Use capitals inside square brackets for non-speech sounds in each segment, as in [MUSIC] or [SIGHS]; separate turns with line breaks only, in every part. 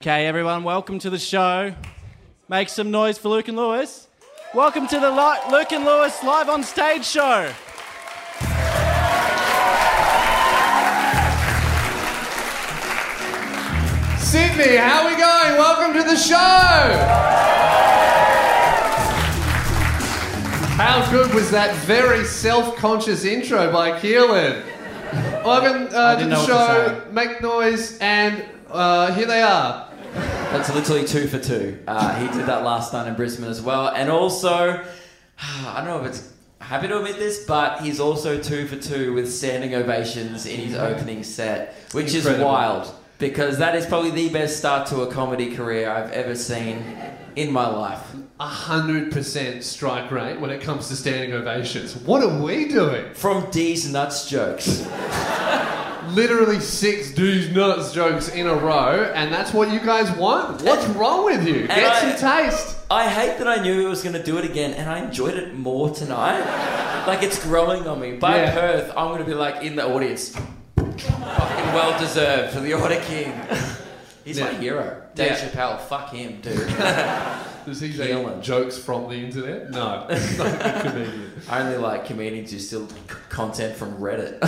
Okay, everyone, welcome to the show. Make some noise for Luke and Lewis. Welcome to the Li- Luke and Lewis Live on Stage show.
Sydney, how we going? Welcome to the show. How good was that very self-conscious intro by Keelan? Welcome uh, to
didn't
the
know what to
show. Make noise, and uh, here they are.
That's literally two for two. Uh, he did that last night in Brisbane as well. And also, [SIGHS] I don't know if it's happy to admit this, but he's also two for two with standing ovations in his opening set, which
Incredible.
is wild because that is probably the best start to a comedy career I've ever seen in my life.
A hundred percent strike rate when it comes to standing ovations. What are we doing?
From D's nuts jokes.
Literally six dudes nuts jokes in a row, and that's what you guys want. What's wrong with you? Get some
I-
taste.
I hate that I knew he was going to do it again, and I enjoyed it more tonight. like it's growing on me. By
Yeah.
Perth, I'm going to be like in the audience. Fucking well deserved for the Order King. He's my
Yeah.
hero, Dave
Yeah.
Chappelle. Fuck him, dude.
Does he
say Keelan.
jokes from the internet? No, he's [LAUGHS] not a good comedian.
I only like comedians who steal c- content from
[LAUGHS]
Reddit.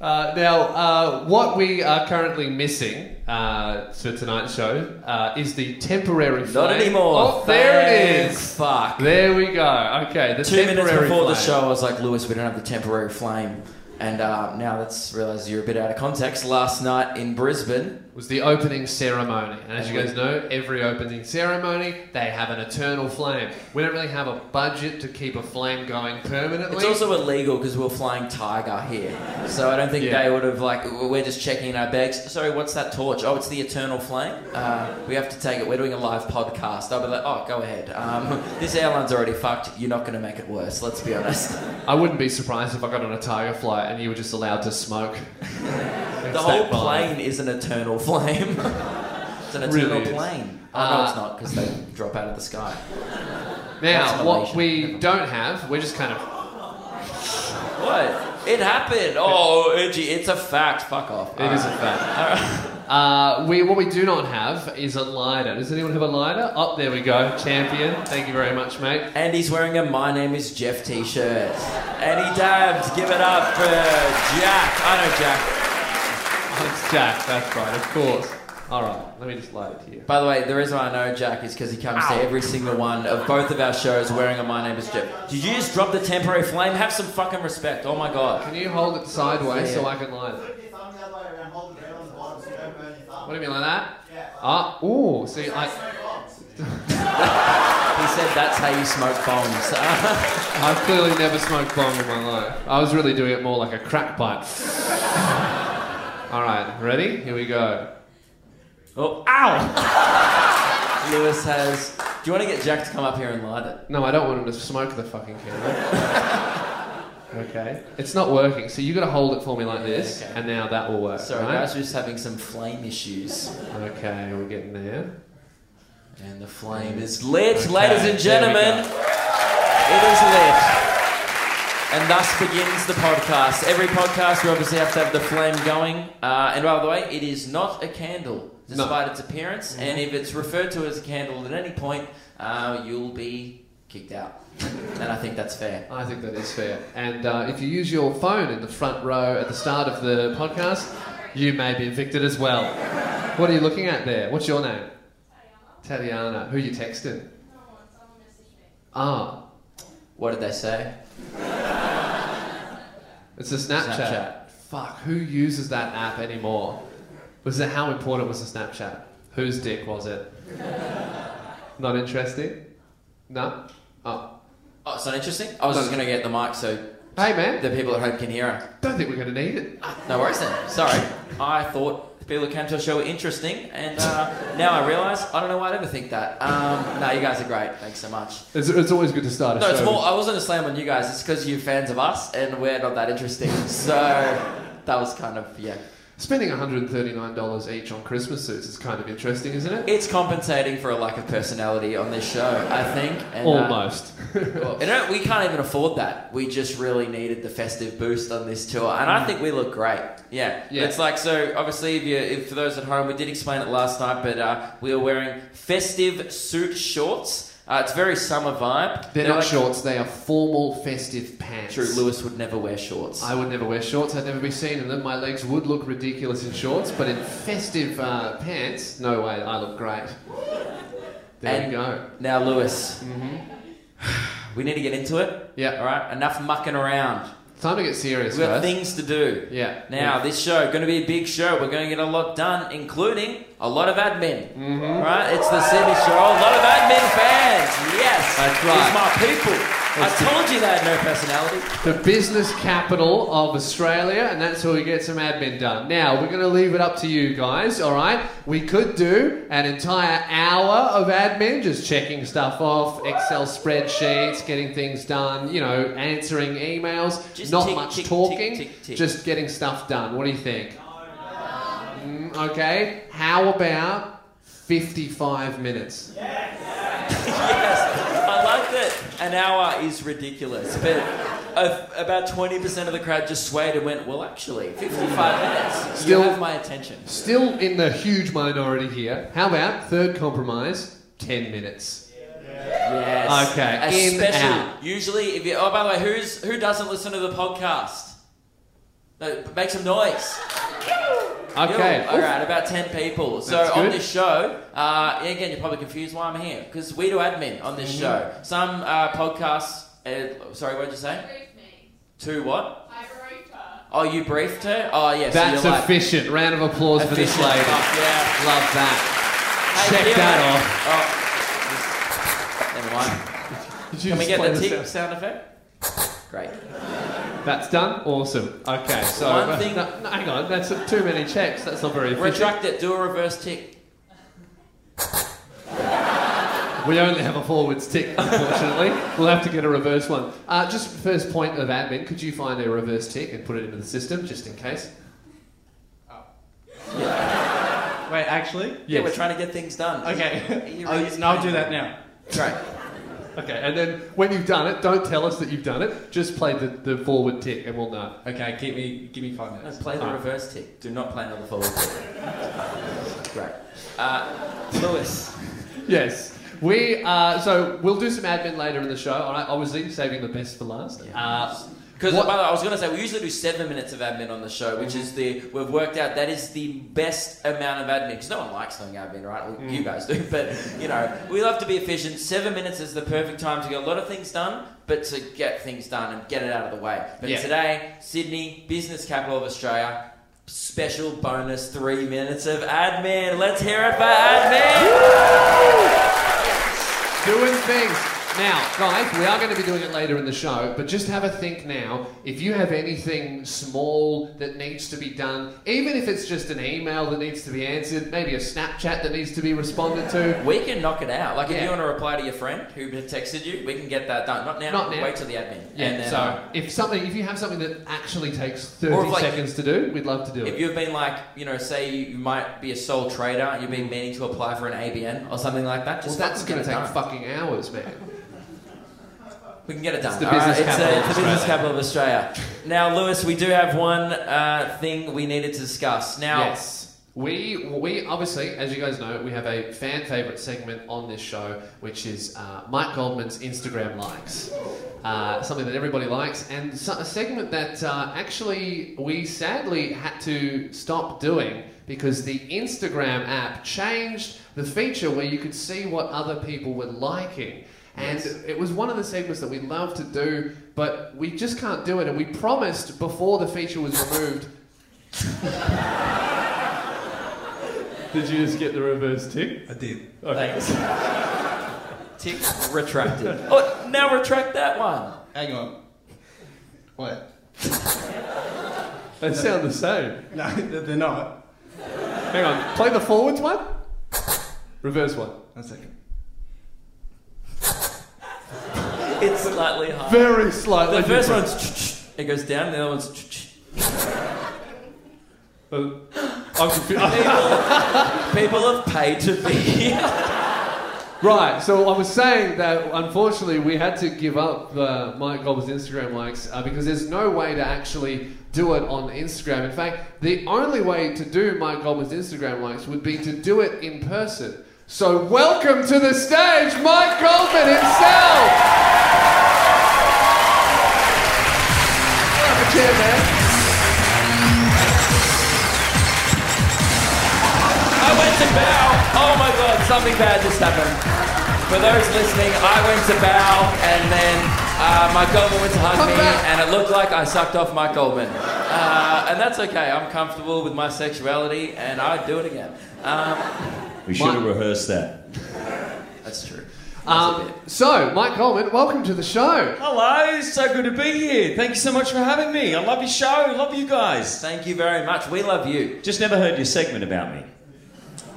Uh, now, uh, what we are currently missing uh, for tonight's show uh, is the temporary
Not
flag.
anymore.
Oh, there it
Thanks.
is.
Fuck.
There we go. Okay, the
Two minutes
temporary
before the
flag.
show, I was like, Lewis, we don't have the temporary flame. And uh, now that's realised you're a bit out of context. Last night in Brisbane,
was the opening ceremony, and as you guys know, every opening ceremony they have an eternal flame. We don't really have a budget to keep a flame going permanently.
It's also illegal because we're flying Tiger here, so I don't think
Yeah.
they would have like. We're just checking in our bags. Sorry, what's that torch? Oh, it's the Eternal Flame. Uh, we have to take it. We're doing a live podcast. I'll be like, oh, go ahead. Um, [LAUGHS] this airline's already fucked. You're not going to make it worse. Let's be
[LAUGHS]
honest.
I wouldn't be surprised if I got on a tiger flight and you were just allowed to smoke.
[LAUGHS] the whole plane is an Eternal Flame. [LAUGHS] it's an Eternal
Really is.
Plane. Oh,
Uh,
no, it's not because they drop out of the sky.
Now,
That's
what
Malaysia.
we don't have, we're just kind of.
What? It happened. Oh, Urgy, it's a fact. Fuck off.
It is a fact. Uh, we what we do not have is a lighter. Does anyone have a lighter? Oh, there we go, champion. Thank you very much, mate.
And he's wearing a My Name is Jeff t shirt. And he dabbed. Give it up for Jack. I know Jack.
It's Jack. That's right, of course. All right, let me just light it here.
By the way, the reason why I know Jack is because he comes to every single one of both of our shows wearing a My Name is Jeff. Did you just drop the temporary flame? Have some fucking respect. Oh my god.
Can you hold it sideways
Yeah.
so I can light it?
Put your thumb the other way around, hold it down on the bottom so you don't burn your thumb.
What do you mean like that?
Yeah.
Ah, ooh. See, I
Smoke bombs.
He said that's how you smoke bombs.
I've clearly never smoked bong in my life. I was really doing it more like a crack pipe. [LAUGHS] All right, ready? Here we go.
[LAUGHS] oh, ow! Lewis has. Do you want to get Jack to come up here and light it?
No, I don't want him to smoke the fucking camera.
[LAUGHS]
okay. It's not working, so you got to hold it for me like this,
okay.
and now that will work.
Sorry,
right?
guys, we're just having some flame issues.
Okay, we're getting there.
And the flame is lit,
Okay,
ladies and
there we
gentlemen. It is lit. And thus begins the podcast. Every podcast, we obviously have to have the flame going. Uh, and by the way, it is not a candle, despite its appearance. And
Mm-hmm.
if it's referred to as a candle at any point, uh, you'll be kicked
[LAUGHS]
out. and I think that's fair.
I think that is fair. And uh, if you use your phone in the front row at the start of the podcast, you may be evicted as well. What are you looking at there? What's your name? Tatiana. Who you texting? Ah,
What did they say?
it's a Snapchat.
Snapchat.
Fuck, who uses that app anymore? Was it how important was the Snapchat? Whose dick was it? [LAUGHS] Not interesting? No? Oh.
Oh, it's not interesting. I was just going to get the mic so
Hey man,
the people at home can hear it.
don't think we're gonna need it.
No worries then. Sorry. I thought the people who came to our show were interesting, and uh, now I realise I don't know why I'd ever think that. Um, no, you guys are great. Thanks so much.
It's, it's always good to start a
No,
show.
it's more. I wasn't a slam on you guys. It's because you're fans of us, and we're not that interesting. So that was kind of yeah.
Spending $139 each on Christmas suits is kind of interesting, isn't it?
It's compensating for a lack of personality on this show, I think. And, uh,
Almost. [LAUGHS]
well, you know, we can't even afford that. We just really needed the festive boost on this tour, and I think we look great. Yeah,
Mm. Yeah.
It's like so. Obviously, if you if for those at home, we did explain it last night, but uh, we are wearing festive suit shorts. Uh, it's very summer vibe.
They're not
like-
shorts, they are formal festive pants.
True, Lewis would never wear shorts.
I would never wear shorts. I'd never be seen in them. My legs would look ridiculous in shorts, but in festive uh, pants, no way. I look great. There
And-
you go.
now, Lewis,
Mm-hmm.
[SIGHS] we need to get into it.
Yeah.
All right, enough mucking around.
Time to get serious,
We've got
guys.
things to do.
Yeah.
Now, this show going to be a big show. We're going to get a lot done, including a lot of admin.
Mm-hmm.
All right, it's the Sydney show. A lot of admin fans. Yes,
That's right.
It's my people. I told you they had no personality. [LAUGHS]
the business capital of Australia, and that's where we get some admin done. Now, we're going to leave it up to you guys, all right? We could do an entire hour of admin, just checking stuff off, Excel spreadsheets, getting things done, you know, answering emails,
Just
not
tick,
much
tick, tick,
talking,
tick, tick.
just getting stuff done. What do you think? Mm, okay, how about 55 minutes?
Yes, I like that. An hour is ridiculous, but. a- About 20% of the crowd just swayed and went, Well, actually, 55 minutes.
Still-
you have my attention.
Still in the huge minority here. How about third compromise, 10 minutes?
Yes.
Okay,
A
in,
special.
out.
Usually, if you. Oh, by the way, who's who doesn't listen to the podcast? No, make some noise.
Okay.
Yo, all right, about ten people. So
That's
on
good.
this show, uh, again, you're probably confused why I'm here because we do admin on
Mm-hmm.
this show. Some uh, podcasts. Uh, sorry, what did you say?
Brief me.
Two what?
I broke her.
Oh, you briefed her. Oh, yes.
That's
so you're like,
efficient. Round of applause for this
efficient.
lady.
Fuck, yeah.
Love that.
Hey,
Check
Kira.
that off.
Oh, just- never mind. Can we get the tick sound effect?
[LAUGHS]
Great.
That's done. Awesome. Okay, so uh,
One thing-
No, no, hang on. That's too many checks. That's not very efficient.
Retract it. Do a reverse tick.
We only have a forwards tick, unfortunately. [LAUGHS] we'll have to get a reverse one. Uh, just first point of admin. Could you find a reverse tick and put it into the system, just in case?
Wait, actually?
Yeah, we're
Yes.
trying to get things done.
[LAUGHS] Okay.
You
I'll,
really-
no, I'll do that now.
Great.
Okay, and then when you've done it, don't tell us that you've done it. Just play the, the forward tick, and we'll know.
Okay, keep me, give me five minutes.
Let's play the
Alright.
reverse tick. Do not play another forward tick.
[LAUGHS]
Great. Uh, Lewis.
Yes. We uh, so we'll do some admin later in the show. All right, obviously saving the best for last. Uh,
Because by
What-
the way, I was going to say we usually do seven minutes of admin on the show, which is the we've worked out that is the best amount of admin because no one likes doing admin, right? Well,
Mm.
You guys do, but you know we love to be efficient. Seven minutes is the perfect time to get a lot of things done, but to get things done and get it out of the way. But
Yeah.
today, Sydney, business capital of Australia, special bonus three minutes of admin. Let's hear it for admin.
doing things. Now, guys, we are going to be doing it later in the show, but just have a think now. If you have anything small that needs to be done, even if it's just an email that needs to be answered, maybe a Snapchat that needs to be responded to,
We can knock it out. Like if
Yeah.
you want to reply to your friend who texted you, we can get that done. Not now.
Not now.
Wait till the admin.
yeah.
And then,
so
uh,
if something, if you have something that actually takes
Or
thirty
if, like-
seconds to do, we'd love to do
If
it.
you've been like, you know, say you you might be a sole trader and you've been meaning to apply for an ABN or something like that,
Mm. Well,
just
that's
going
going
to
to take fucking hours, man.
We can get it done.
the
All right,
business
It's,
capital
uh,
of
it's the business capital of Australia. Now, Lewis, we do have one uh, thing we needed to discuss. Now,
Yes. We, we obviously, as you guys know, we have a fan favorite segment on this show, which is uh, Mike Goldman's Instagram likes. Uh, something that everybody likes, and so, a segment that uh, actually we sadly had to stop doing because the Instagram app changed the feature where you could see what other people were liking. And it was one of the segments that we love to do, but we just can't do it. And we promised before the feature was removed Did you just get the reverse tick?
I did.
thanks. Tick retracted. Oh, now retract that one.
Hang on. Wait.
They sound the same.
No, they're they're not.
Hang on, play the forwards one. [LAUGHS] Reverse one.
One second.
It's slightly high.
Very slightly.
The first
different.
one's it goes down, the other one's
[LAUGHS]
But I'm confused.
People have paid to be here.
Right, so I was saying that unfortunately we had to give up uh, Mike Gobble's Instagram likes uh, because there's no way to actually do it on Instagram. In fact, the only way to do Mike Gobble's Instagram likes would be to do it in person. So welcome to the stage, Mike Goldman himself! Grab a chair, man.
I went to bow. Oh my god, something bad just happened. For those listening, I went to bow and then uh, Mike Goldman went to hug
Come
me
back.
and it looked like I sucked off Mike Goldman. Uh, and that's okay. I'm comfortable with my sexuality and I'd do it again. Um,
We should have rehearsed that.
that's true. That's a
Um,
bit.
so, Mike Goldman, welcome to the show.
Hello, it's so good to be here. Thank you so much for having me. I love your show. Love you guys.
Thank you very much. We love you.
Just never heard your segment about me.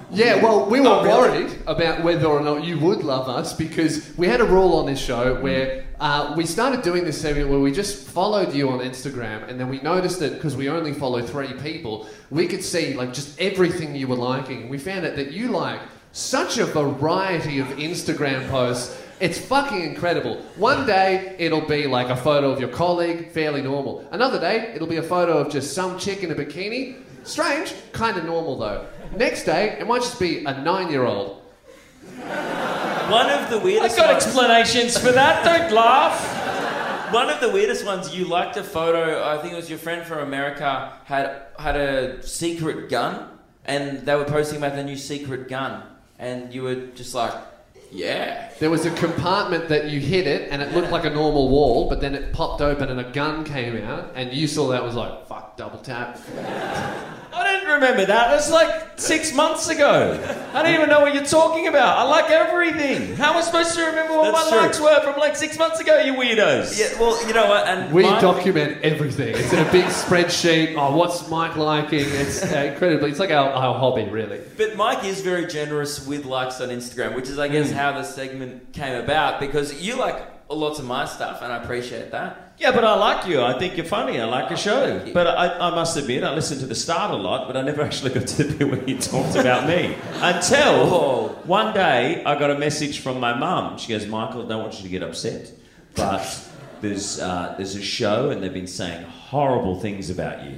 Yeah, well, we were
Oh, really?
worried about whether or not you would love us because we had a rule on this show where uh, we started doing this segment where we just followed you on Instagram and then we noticed that because we only follow three people, we could see like just everything you were liking. We found out that you like such a variety of Instagram posts. It's fucking incredible. One day it'll be like a photo of your colleague, fairly normal. Another day it'll be a photo of just some chick in a bikini. Strange, kind of normal though. Next day it might just be a nine year old.
One of the weirdest.
I've got
ones-
explanations for that. Don't laugh.
One of the weirdest ones, you liked a photo. I think it was your friend from America had had a secret gun, and they were posting about the new secret gun, and you were just like, yeah.
There was a compartment that you hit it and it looked like a normal wall, but then it popped open and a gun came out, and you saw that was like, fuck, double tap.
I didn't remember that. That's like six months ago. I don't even know what you're talking about. I like everything. How am I supposed to remember what
That's
my
true.
likes were from like six months ago, you weirdos?
Yeah. Well, you know what? And
We
mine-
document everything. It's in a big spreadsheet. Oh, what's Mike liking? It's uh, incredibly, it's like our, our hobby, really.
But Mike is very generous with likes on Instagram, which is, I guess,
Mm.
how the segment came about because you like lots of my stuff, and I appreciate that.
Yeah, but I like you. I think you're funny. I like your show.
Thank you.
But I, I must admit, I listened to the start a lot, but I never [LAUGHS] actually got to the bit where you talked about me. Until
Whoa.
one day I got a message from my mum. She goes, Michael, don't want you to get upset, but there's, uh, there's a show and they've been saying horrible things about you.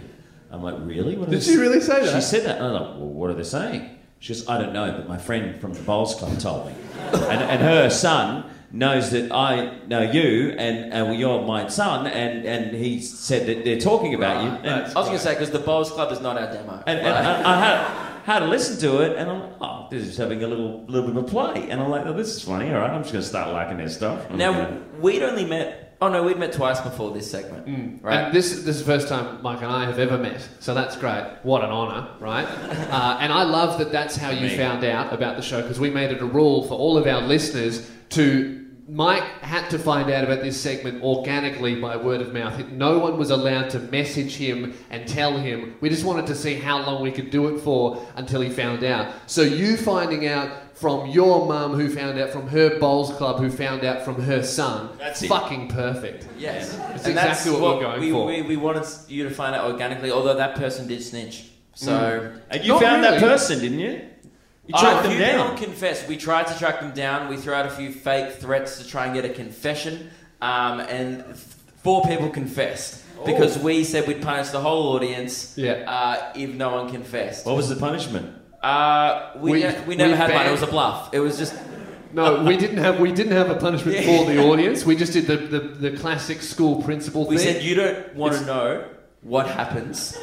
I'm like, really? What are
Did
they
she
s-"
really say that?
She said that. And I'm like, well, what are they saying? She goes, I don't know, but my friend from the bowls club told me. and, and her son knows that I know you and, and well, you're my son, and, and he said that they're talking about you. And,
I was going to say because the Bowls Club is not our demo.
and, and I, I had, had to listen to it, and I'm like, oh, this is having a little little bit of a play. And I'm like, oh, this is funny, all right, I'm just going to start liking their stuff. I'm
now
gonna-
we'd only met. Oh no, we'd met twice before this segment, right?
Mm. And this, this is the first time Mike and I have ever met, so that's great. What an honour,
[LAUGHS]
right? Uh, and I love that that's how you found out about the show because we made it a rule for all of our listeners to. Mike had to find out about this segment organically by word of mouth. No one was allowed to message him and tell him. We just wanted to see how long we could do it for until he found out. So, you finding out from your mum, who found out from her bowls club, who found out from her son,
That's it.
fucking perfect.
Yes,
That's exactly what we're going
we,
for.
We, we wanted you to find out organically, although that person did snitch. So
and you
Not
found that
really.
person, didn't you? You
Oh,
tracked
if
them
you
down.
don't confess. We tried to track them down. We threw out a few fake threats to try and get a confession, um, and four people confessed because we said we'd punish the whole audience
Oh. Yeah.
uh, if no one confessed.
What was the punishment?
Uh, we,
We-
ne- we never
we
had one. It
banned-
was a bluff. It was just
No, we didn't have we didn't have a punishment for the audience. We just did the, the, the classic school principal
we
thing.
said you don't want to know what happens,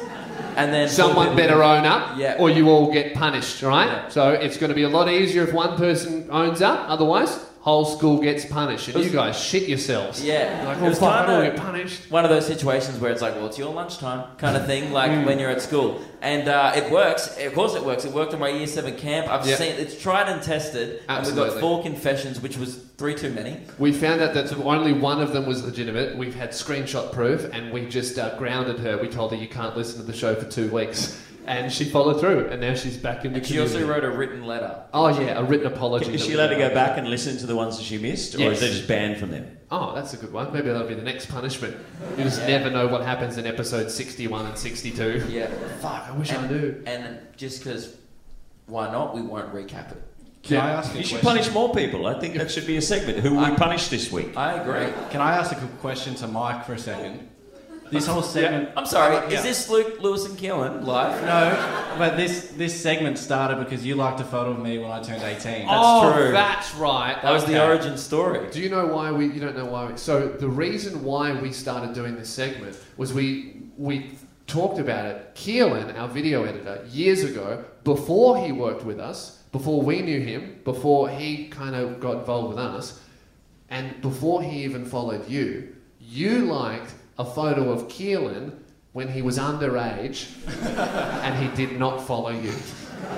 and then four
Someone
people-
better own up,
Yeah.
or you all get punished, right?
Yeah.
So it's going to be a lot easier if one person owns up. Otherwise, whole school gets punished, and you guys shit yourselves.
Yeah,
Like,
It
oh
was
fuck, I don't
kinda-
get punished.
one of those situations where it's like, well, it's your lunchtime kind of
[LAUGHS]
thing, like
Mm.
when you're at school. And uh, it works. Of course, it works. It worked on my year seven camp. I've
Yeah.
seen it's tried and tested. And we
Absolutely.
got four confessions, which was three too many.
We found out that only one of them was legitimate. We've had screenshot proof, and we just uh, grounded her. We told her you can't listen to the show for two weeks. and she followed through, and now she's back in the
And she also
community.
wrote a written letter.
Oh yeah, a written apology. that
Is
we
she allowed to
wrote.
go back and listen to the ones that she missed, or
Yes.
is they just banned from them?
Oh, that's a good one. Maybe that'll be the next punishment. You just never know what happens in episode sixty-one and sixty-two.
Yeah.
Fuck, I wish I
and,
knew.
And just because, why not? We won't recap it.
Can I ask a
You should
question?
punish more people. I think that should be a segment. Who will we punish this week?
I agree.
Can I ask a quick question to Mike for a second?
This whole segment.
I'm sorry.
Yeah.
Is this Luke Lewis and Keelan live?
No, but this this segment started because you liked a photo of me when I turned 18.
oh,
true.
that's right.
That was the
Okay.
origin story.
Do you know why we? You don't know why. We, so the reason why we started doing this segment was we we talked about it. Keelan, our video editor, years ago, before he worked with us, before we knew him, before he kind of got involved with us, and before he even followed you, you liked a photo of Keelan when he was
[LAUGHS]
underage, and he did not follow you.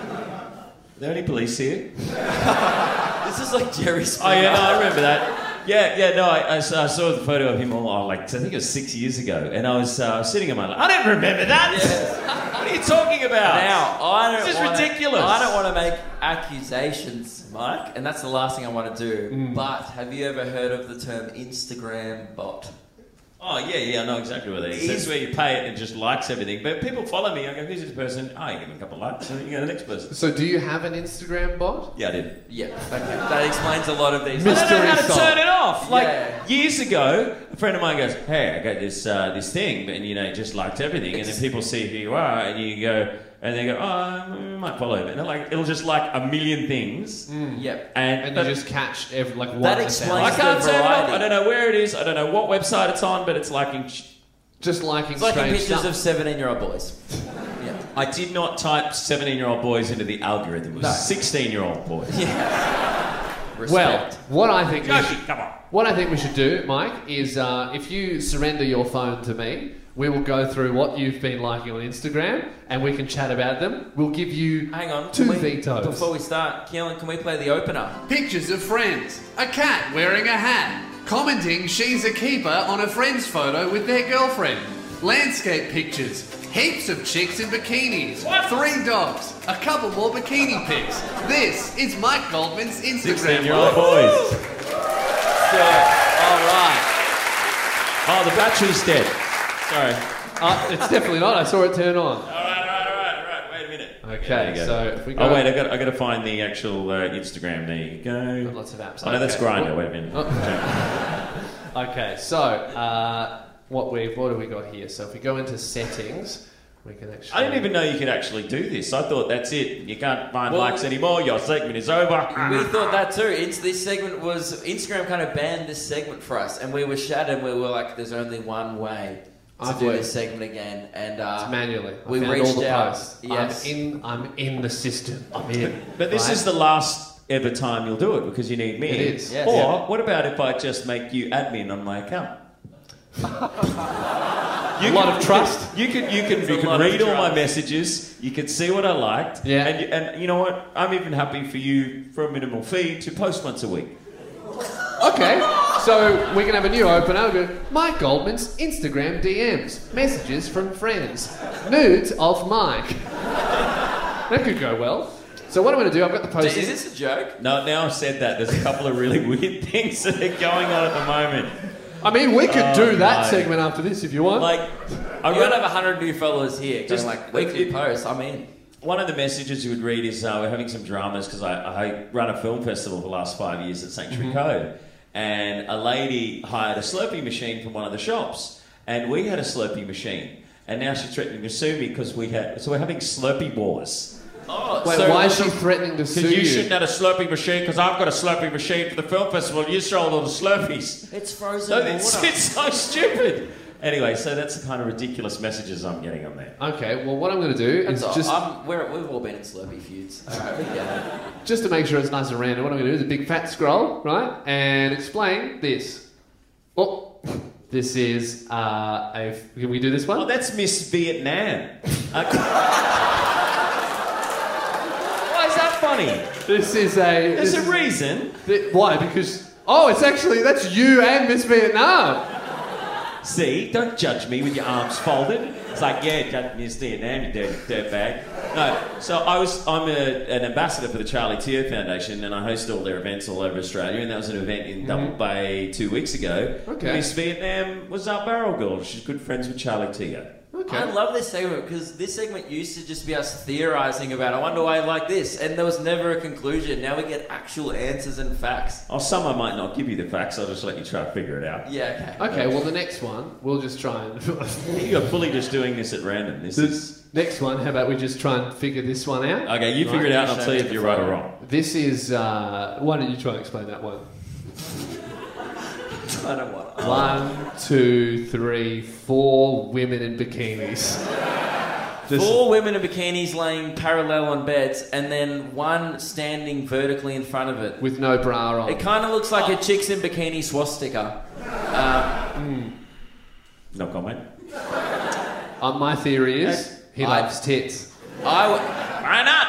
Are there any police here?
This is like Jerry
Oh
Springer.
yeah, [LAUGHS] no, I remember that. Yeah, yeah, no, I, I, saw, I saw the photo of him all, oh, like I think it was six years ago, and I was uh, sitting in my. I don't remember that. [LAUGHS] what are you talking about?
Now, I don't
This is
wanna-
ridiculous.
I don't want to make accusations, Mike, and that's the last thing I want to do. But have you ever heard of the term Instagram bot?
Oh yeah, yeah, I know exactly what that is.
He's-
That's where you pay it and just likes everything. But people follow me. I go, "Who's this person?" Oh, you give them a couple of likes, and then you go to the next person.
So, do you have an Instagram bot?
Yeah, I did.
Yeah, that explains a lot of these.
I don't know how to
Mystery
turn it off. Like
Yeah.
years ago, a friend of mine goes, "Hey, I got this uh, this thing," and you know, just liked everything, and then people see who you are, and you go, and they go, "Oh, I might follow," him. and they're like, it'll just like a million things,
Yep.
and,
And
but
you just catch every like one.
That
in a thousand.
explains
I can't
the
turn it off.
variety.
I don't know where it is. I don't know what website it's on, but it's liking. sh-
Just liking
It's like
strange
pictures
stuff.
of 17 year old boys. Yeah.
I did not type seventeen-year-old boys into the algorithm. It was sixteen-year-old boys.
Well,
Respect.
what I think we
Yoshi,
should,
come on.
what I think we should do, Mike, is uh, if you surrender your phone to me, we will go through what you've been liking on Instagram, and we can chat about them. We'll give you
Hang on.
two
can we-
vetoes.
Before we start, Keelan, can we play the opener?
Pictures of friends. A cat wearing a hat. Commenting she's a keeper on a friend's photo with their girlfriend. Landscape pictures. Heaps of chicks in bikinis. Three dogs. A couple more bikini pics. This is Mike Goldman's Instagram.
Sixteen-year-old boys.
So, all right.
Oh, the battery's dead. Sorry.
Uh, it's definitely not. I saw it turn on.
All right, all right, all right, all right. Wait a minute.
Okay, so if we go,
Oh wait, I got I got to find the actual uh, Instagram. There you go.
Got lots of apps.
Oh no, that's
Okay. Oh.
Grinder. Wait a minute.
Okay, so uh, what we what do we got here? So if we go into settings, we can actually.
I didn't even know you could actually do this. I thought that's it. You can't find
Well-
likes anymore. Your segment is over.
Ah.
We thought that too. It's, this segment was Instagram kind of banned this segment for us, and we were shattered. We were like, "There's only one way to
I've
do
worked-
this segment again," and uh,
It's manually. I
we
found
reached
all the
out.
Posts.
Yes.
I'm in. I'm in the system. I'm in.
But this
Right?
is the last ever time you'll do it because you need me.
It is.
Yes.
Or
Yeah.
what about if I just make you admin on my
[LAUGHS]
account? You
a lot
can-
of trust.
[LAUGHS] You could you can you
a
can
lot of
read all my
trust.
messages. You could see what I liked.
Yeah.
And you, and you know what? I'm even happy for you for a minimal fee to post once a week.
Okay, so we can have a new opener. We'll go, Mike Goldman's Instagram DMs, messages from friends, nudes of Mike. that could go well. So what I'm going to do, I've got the
D-
post.
is this a joke?
No, now I've said that. There's a couple of really [LAUGHS] weird things that are going on at the moment.
I mean, we could
Oh,
do that
my.
segment after this if you want.
Like, I
I'm gonna
read
have hundred new followers here. Just
Just-
like weekly
it-
posts. I'm in.
one of the messages you would read is uh, we're having some dramas because I, I run a film festival for the last five years at Sanctuary Cove, and a lady hired a Slurpee machine from one of the shops, and we had a Slurpee machine, and now she's threatening to sue me because we had so we're having Slurpee wars.
Oh,
Wait,
so
why is
the-
she threatening to sue
Because you
you?
shouldn't have a Slurpee machine because I've got a Slurpee machine for the film festival. and You sold all the Slurpees.
it's frozen
So
water.
it's, [LAUGHS] it's so stupid. Anyway, so that's the kind of ridiculous messages I'm getting on there.
Okay, well, what I'm going to do
That's
is
all.
just
I'm- we're, we've all been in Slurpee feuds. All right, we get it.
just to make sure it's nice and random. What I'm going to do is a big fat scroll, right, and explain this. Oh, this is uh, a. Can we do this one?
Oh, that's Miss Vietnam. Uh, Why is that funny?
This is a.
There's
this
a reason.
Th- why? Because oh, it's actually that's you and Miss Vietnam.
See, don't judge me with your arms folded. It's like, yeah, judge me as your name, you dirty dirtbag. No, so I was, I'm a, an ambassador for the Charlie Teo Foundation, and I host all their events all over Australia. And that was an event in Double Bay two weeks ago.
Okay.
Miss Vietnam was our barrel girl. She's good friends with Charlie Teo.
Okay.
I love this segment because this segment used to just be us theorizing about I wonder why I like this, and there was never a conclusion. Now we get actual answers and facts.
Oh, some I might not give you the facts. I'll just let you try to figure it out.
Yeah, okay.
Okay, well, the next one, we'll just try and. [LAUGHS]
You're fully just doing this at random. This is
this next one, how about we just try and figure this one
Uh,
out?
okay. You figure it out, and I'll tell you if you're right or wrong.
This is. Uh, why don't you try and explain that one?
I don't want. to.
One, two, three, four women in bikinis. This-
Four women in bikinis laying parallel on beds, and then one standing vertically in front of it.
with no bra on.
It kind of looks like a chicks in bikini swastika.
No comment.
Uh, my theory is he
I-
loves tits.
I w- why not?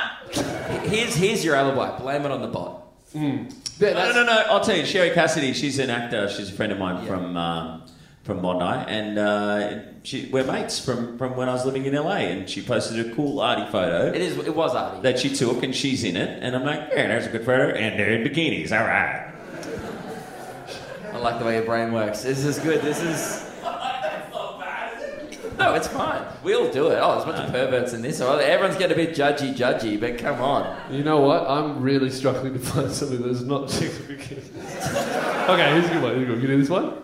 Here's here's your alibi. Blame it on the bot.
That-
No,
that's-
no, no, no. I'll tell you, Sherry Cassidy. She's an actor. She's a friend of mine from um, from Bondi, and uh, she, we're mates from from when I was living in LA. And she posted a cool arty photo
It is. It was Artie.
that she took, and she's in it. And I'm like, yeah, there's a good photo, and they're in bikinis. All right.
I like the way your brain works. This is good. This is. No, it's fine. We all do it. Oh, there's a bunch of perverts in this. Oh, Everyone's getting a bit judgy, judgy, but come on.
You know what? I'm really struggling to find something that's not chicks in bikinis. okay, here's a good one. Here's a good one. You do this one?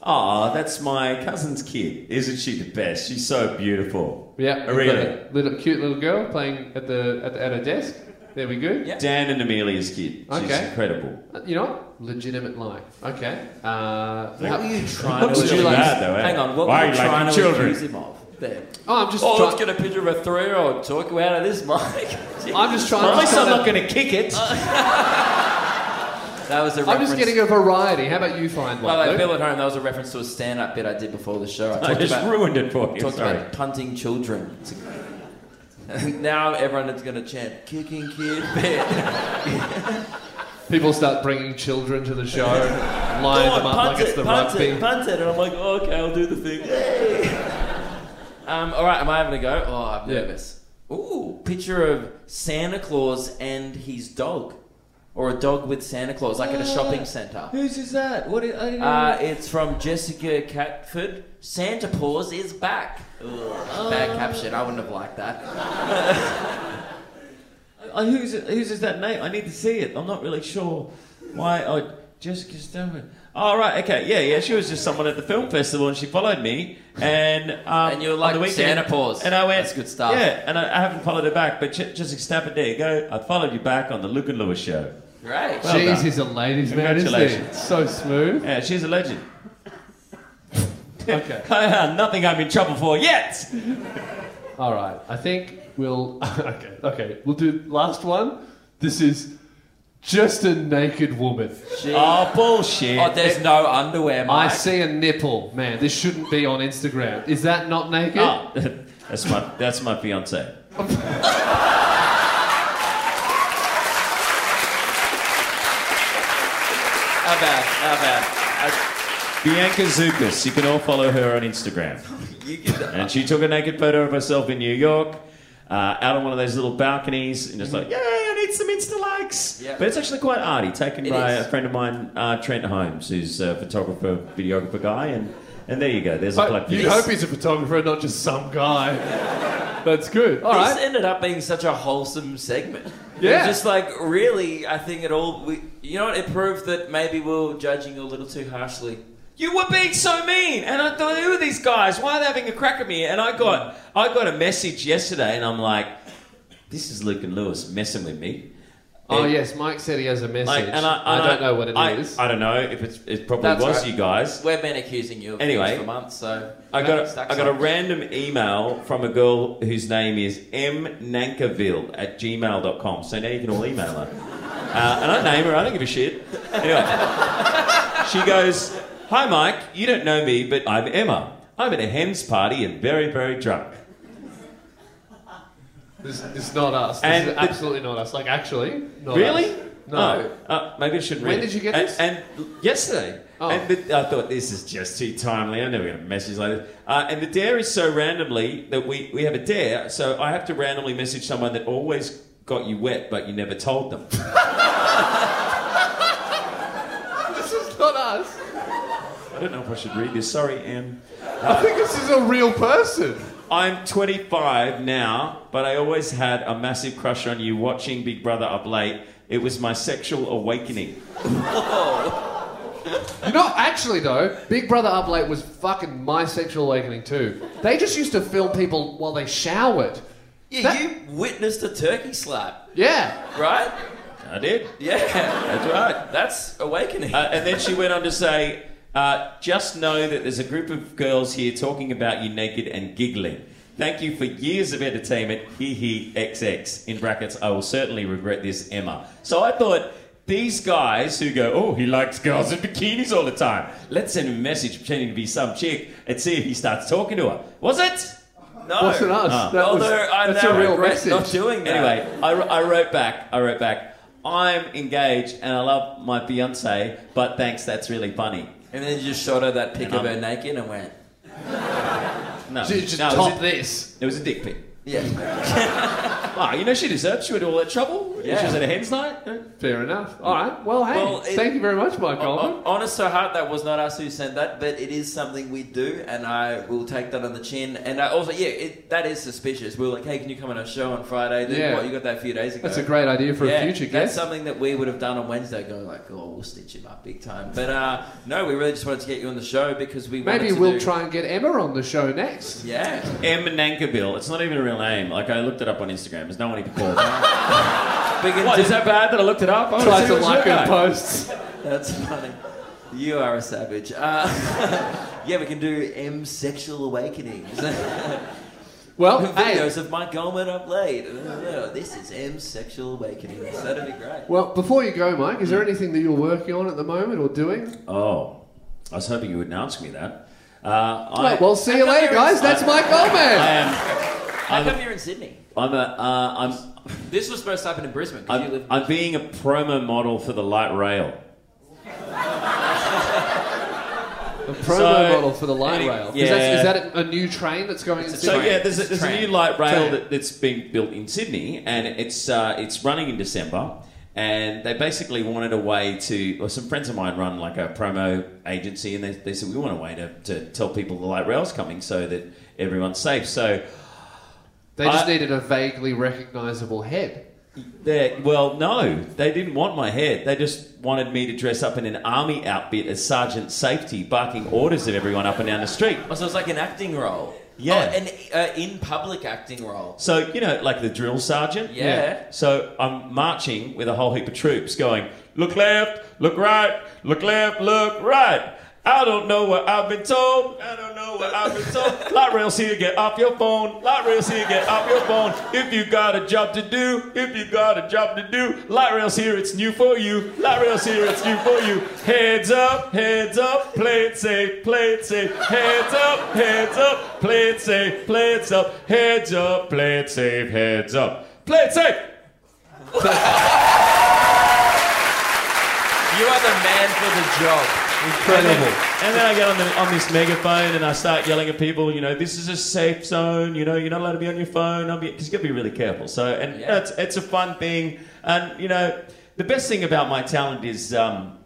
Oh, that's my cousin's kid. Isn't she the best? She's so beautiful.
Yeah. we've
Really?
got a Little cute little girl playing at the at, the, at her desk. There we go.
Yeah.
Dan and Amelia's kid. She's
Okay.
incredible.
Uh, You know what? Legitimate life. Okay. Uh,
What
how-
were
[LAUGHS]
you trying
What
to
would you like?
bad, though, eh?
Hang on. What
Why
were you
are you liking
trying to
children?
accuse him of? There.
oh, I'm just.
Oh,
try-
let's get a picture of a three-year-old. Talk you out of this, Mike.
I'm just trying.
At
I'm just,
least I'm
trying
not going to kick it.
That was a
to, I'm
reference.
just getting a variety. How about you find one?
By the way,
Luke?
Bill at home, that was a reference to a stand-up bit I did before the show. I
[LAUGHS] I
talked
just
about,
ruined it for you.
talked
Sorry.
about punting children. [LAUGHS] It's a- And now everyone is going to chant "kicking kid bit."
People start bringing children to the
[LAUGHS]
show, and lining them up like it's the
punt
rugby.
it, punt it, and I'm like, oh, okay, I'll do the thing. um, all right, am I having a go? Oh, I'm
Yeah.
nervous. Ooh, picture of Santa Claus and his dog, or a dog with Santa Claus, like at a shopping centre.
Whose is that? What? Is, I didn't
Uh, it's from Jessica Catford. Santa Paws is back. Ugh, bad caption. I wouldn't have liked that.
Uh, who's whose is that name? I need to see it. I'm not really sure why. Oh, Jessica Stone. Oh right, okay, yeah, yeah. She was just someone at the film festival, and she followed me, and um,
And you were
on
like,
the weekend-
"Santa Paws."
and I went,
That's good stuff.
Yeah, and I, I haven't followed her back, but Je- Jessica Stafford, there you go. I followed you back on the Luke and Lewis show.
Great.
Well
Jeez,
done.
he's a ladies' man, isn't he?
Congratulations.
It's So smooth.
Yeah, she's a legend. [LAUGHS]
Okay.
Nothing I'm in trouble for yet.
All right. I think we'll. [LAUGHS] Okay. Okay. We'll do last one. This is just a naked woman.
Oh bullshit.
Oh, there's no underwear,
I
Mike.
see a nipple, man. This shouldn't be on Instagram. Is that not naked?
Oh, [LAUGHS] that's my that's my fiance.
How bad? How bad?
Bianca Zukas. You can all follow her on Instagram.
You can,
And she took a naked photo of herself in New York, uh, out on one of those little balconies, and just like, yay, I need some Insta likes.
Yeah.
But it's actually quite arty, taken
It
by
is.
a friend of mine, uh, Trent Holmes, who's a photographer, videographer guy, and, and there you go. There's a
But
collective.
you'd hope he's a photographer, and not just some guy. [LAUGHS] That's good. All
this
right.
ended up being such a wholesome segment. It was
Yeah.
just like really, I think it all. We, you know what? It proved that maybe we were judging a little too harshly.
You were being so mean, and I thought, who are these guys? Why are they having a crack at me? And I got, I got a message yesterday, and I'm like, this is Luke and Lewis messing with me.
Oh
And-
yes, Mike said he has a message.
Like, and I,
I
and
don't know what it is.
I, I don't know if it's, it probably
That's
was
all right.
you guys.
We've been accusing you of
Anyway,
things for months, so
I got a,
Stack
I got a
some.
random email from a girl whose name is m nankerville at gmail.com. So now you can all email her. Uh, and I name her, I don't give a shit. Anyway, she goes, Hi Mike, you don't know me, but I'm Emma. I'm at a hen's party and very, very drunk.
This, it's not us. This
And
is
the-
absolutely not us. Like actually, not
Really?
us. Oh, No.
Oh, uh, maybe I should read.
When
it.
did you get
and,
this?
And yesterday.
Oh.
And the, I thought this is just too timely. I'm never going to message like this. Uh, and the dare is so randomly that we we have a dare. So I have to randomly message someone that always got you wet, but you never told them. [LAUGHS]
Oh.
This is not us.
I don't know if I should read this. Sorry, Em.
I think this is a real person.
I'm 25 now, but I always had a massive crush on you. Watching Big Brother up late, it was my sexual awakening.
You know, actually though, Big Brother Up Late was fucking my sexual awakening too. They just used to film people while they showered.
Yeah,
That-
you witnessed a turkey slap,
Yeah.
right?
I did.
Yeah,
That's right.
that's awakening.
Uh, and then she went on to say, uh, just know that there's a group of girls here talking about you naked and giggling. Thank you for years of entertainment. Hee hee XX. In brackets, I will certainly regret this, Emma. So I thought these guys who go, oh, he likes girls in bikinis all the time. Let's send him a message pretending to be some chick and see if he starts talking to her. Was it?
no,
Wasn't us.
Ah.
that was,
although I
that's
now
a real
regret
message.
not doing that.
Anyway, I, I wrote back. I wrote back. I'm engaged and I love my fiance, but thanks, that's really funny.
and then you just showed her that pic
And
of
I'm-
her naked and went,
No,
Ju- just
no, it was a-
top this.
It was a dick pic.
yeah,
Ah, you know she deserved. She had all that trouble.
Yeah.
She was at a hen's night.
Fair enough. All right. Well, hey,
Well, it- Oh,
thank you very much, Mike Coleman.
Hon- Honest to heart, that was not us who sent that, but it is something we do, and I will take that on the chin. And I also, yeah, it, that is suspicious. We were like, hey, can you come on our show on Friday? Then,
Yeah.
what, you got that a few days ago.
That's a great idea for
yeah,
a future
That's
guest.
something that we would have done on Wednesday, going like, oh, we'll stitch him up big time. But uh, no, we really just wanted to get you on the show because we wanted
Maybe
to
we'll
do-
try and get Emma on the show next.
Yeah.
Em Nankerbill. It's not even a real name. Like I looked it up on Instagram. There's no one even
[LAUGHS]
called. it.
We can
what
do-
is that bad that I looked it up? I wanna
Try
see
to
what's
like
your
her
name.
posts.
That's funny. You are a savage. Uh, [LAUGHS] yeah, we can do M sexual [LAUGHS] awakenings.
Well, hey,
[LAUGHS] Videos of Mike Goldman up late. Oh, This is M sexual awakenings. That'd be great.
well, before you go, Mike, is there
Mm.
anything that you're working on at the moment or doing?
Oh, I was hoping you wouldn't ask me that. Uh, I,
Right, well, see you
come
later,
here
guys.
and-
That's Mike
I
Goldman.
am.
How come you're in Sydney?
I'm a. Uh, I'm.
This was supposed to happen in Brisbane because you
I'm,
live.
I'm being a promo model for the light rail.
The promo model for the light
any-
rail. Is,
yeah.
that, is that a new train that's going in
So
Sydney?
yeah, there's a, there's a
Train.
new light rail
Train.
that, that's being built in Sydney, and it's uh, it's running in December. And they basically wanted a way to, or some friends of mine run like a promo agency, and they, they said we want a way to, to tell people the light rail's coming so that everyone's safe. So
They just
I-
needed a vaguely recognisable head.
They, well, no, they didn't want my head. They just wanted me to dress up in an army outfit as Sergeant Safety, barking orders at everyone up and down the street.
Oh, so it's like an acting role.
Yeah.
Oh, an uh, in public acting role.
So, you know, like the drill sergeant?
Yeah.
So I'm marching with a whole heap of troops going, look left, look right, look left, look right. I don't know what I've been told. I don't know what I've been told. [LAUGHS] Light rails here, get off your phone. Light rails here, get off your phone. If you got a job to do, if you got a job to do, light rails here, it's new for you. Light rails here, it's new for you. Heads up, heads up, play it safe, play it safe. Heads up, heads up, play it safe, play it up. Heads up, play it safe, heads up. Play it safe.
You are the man for the job.
And then I get on, the, on this megaphone and I start yelling at people, you know, this is a safe zone, you know, you're not allowed to be on your phone, because you've got to be really careful. So, and
Yeah.
it's, it's a fun thing. And, you know, the best thing about my talent is um,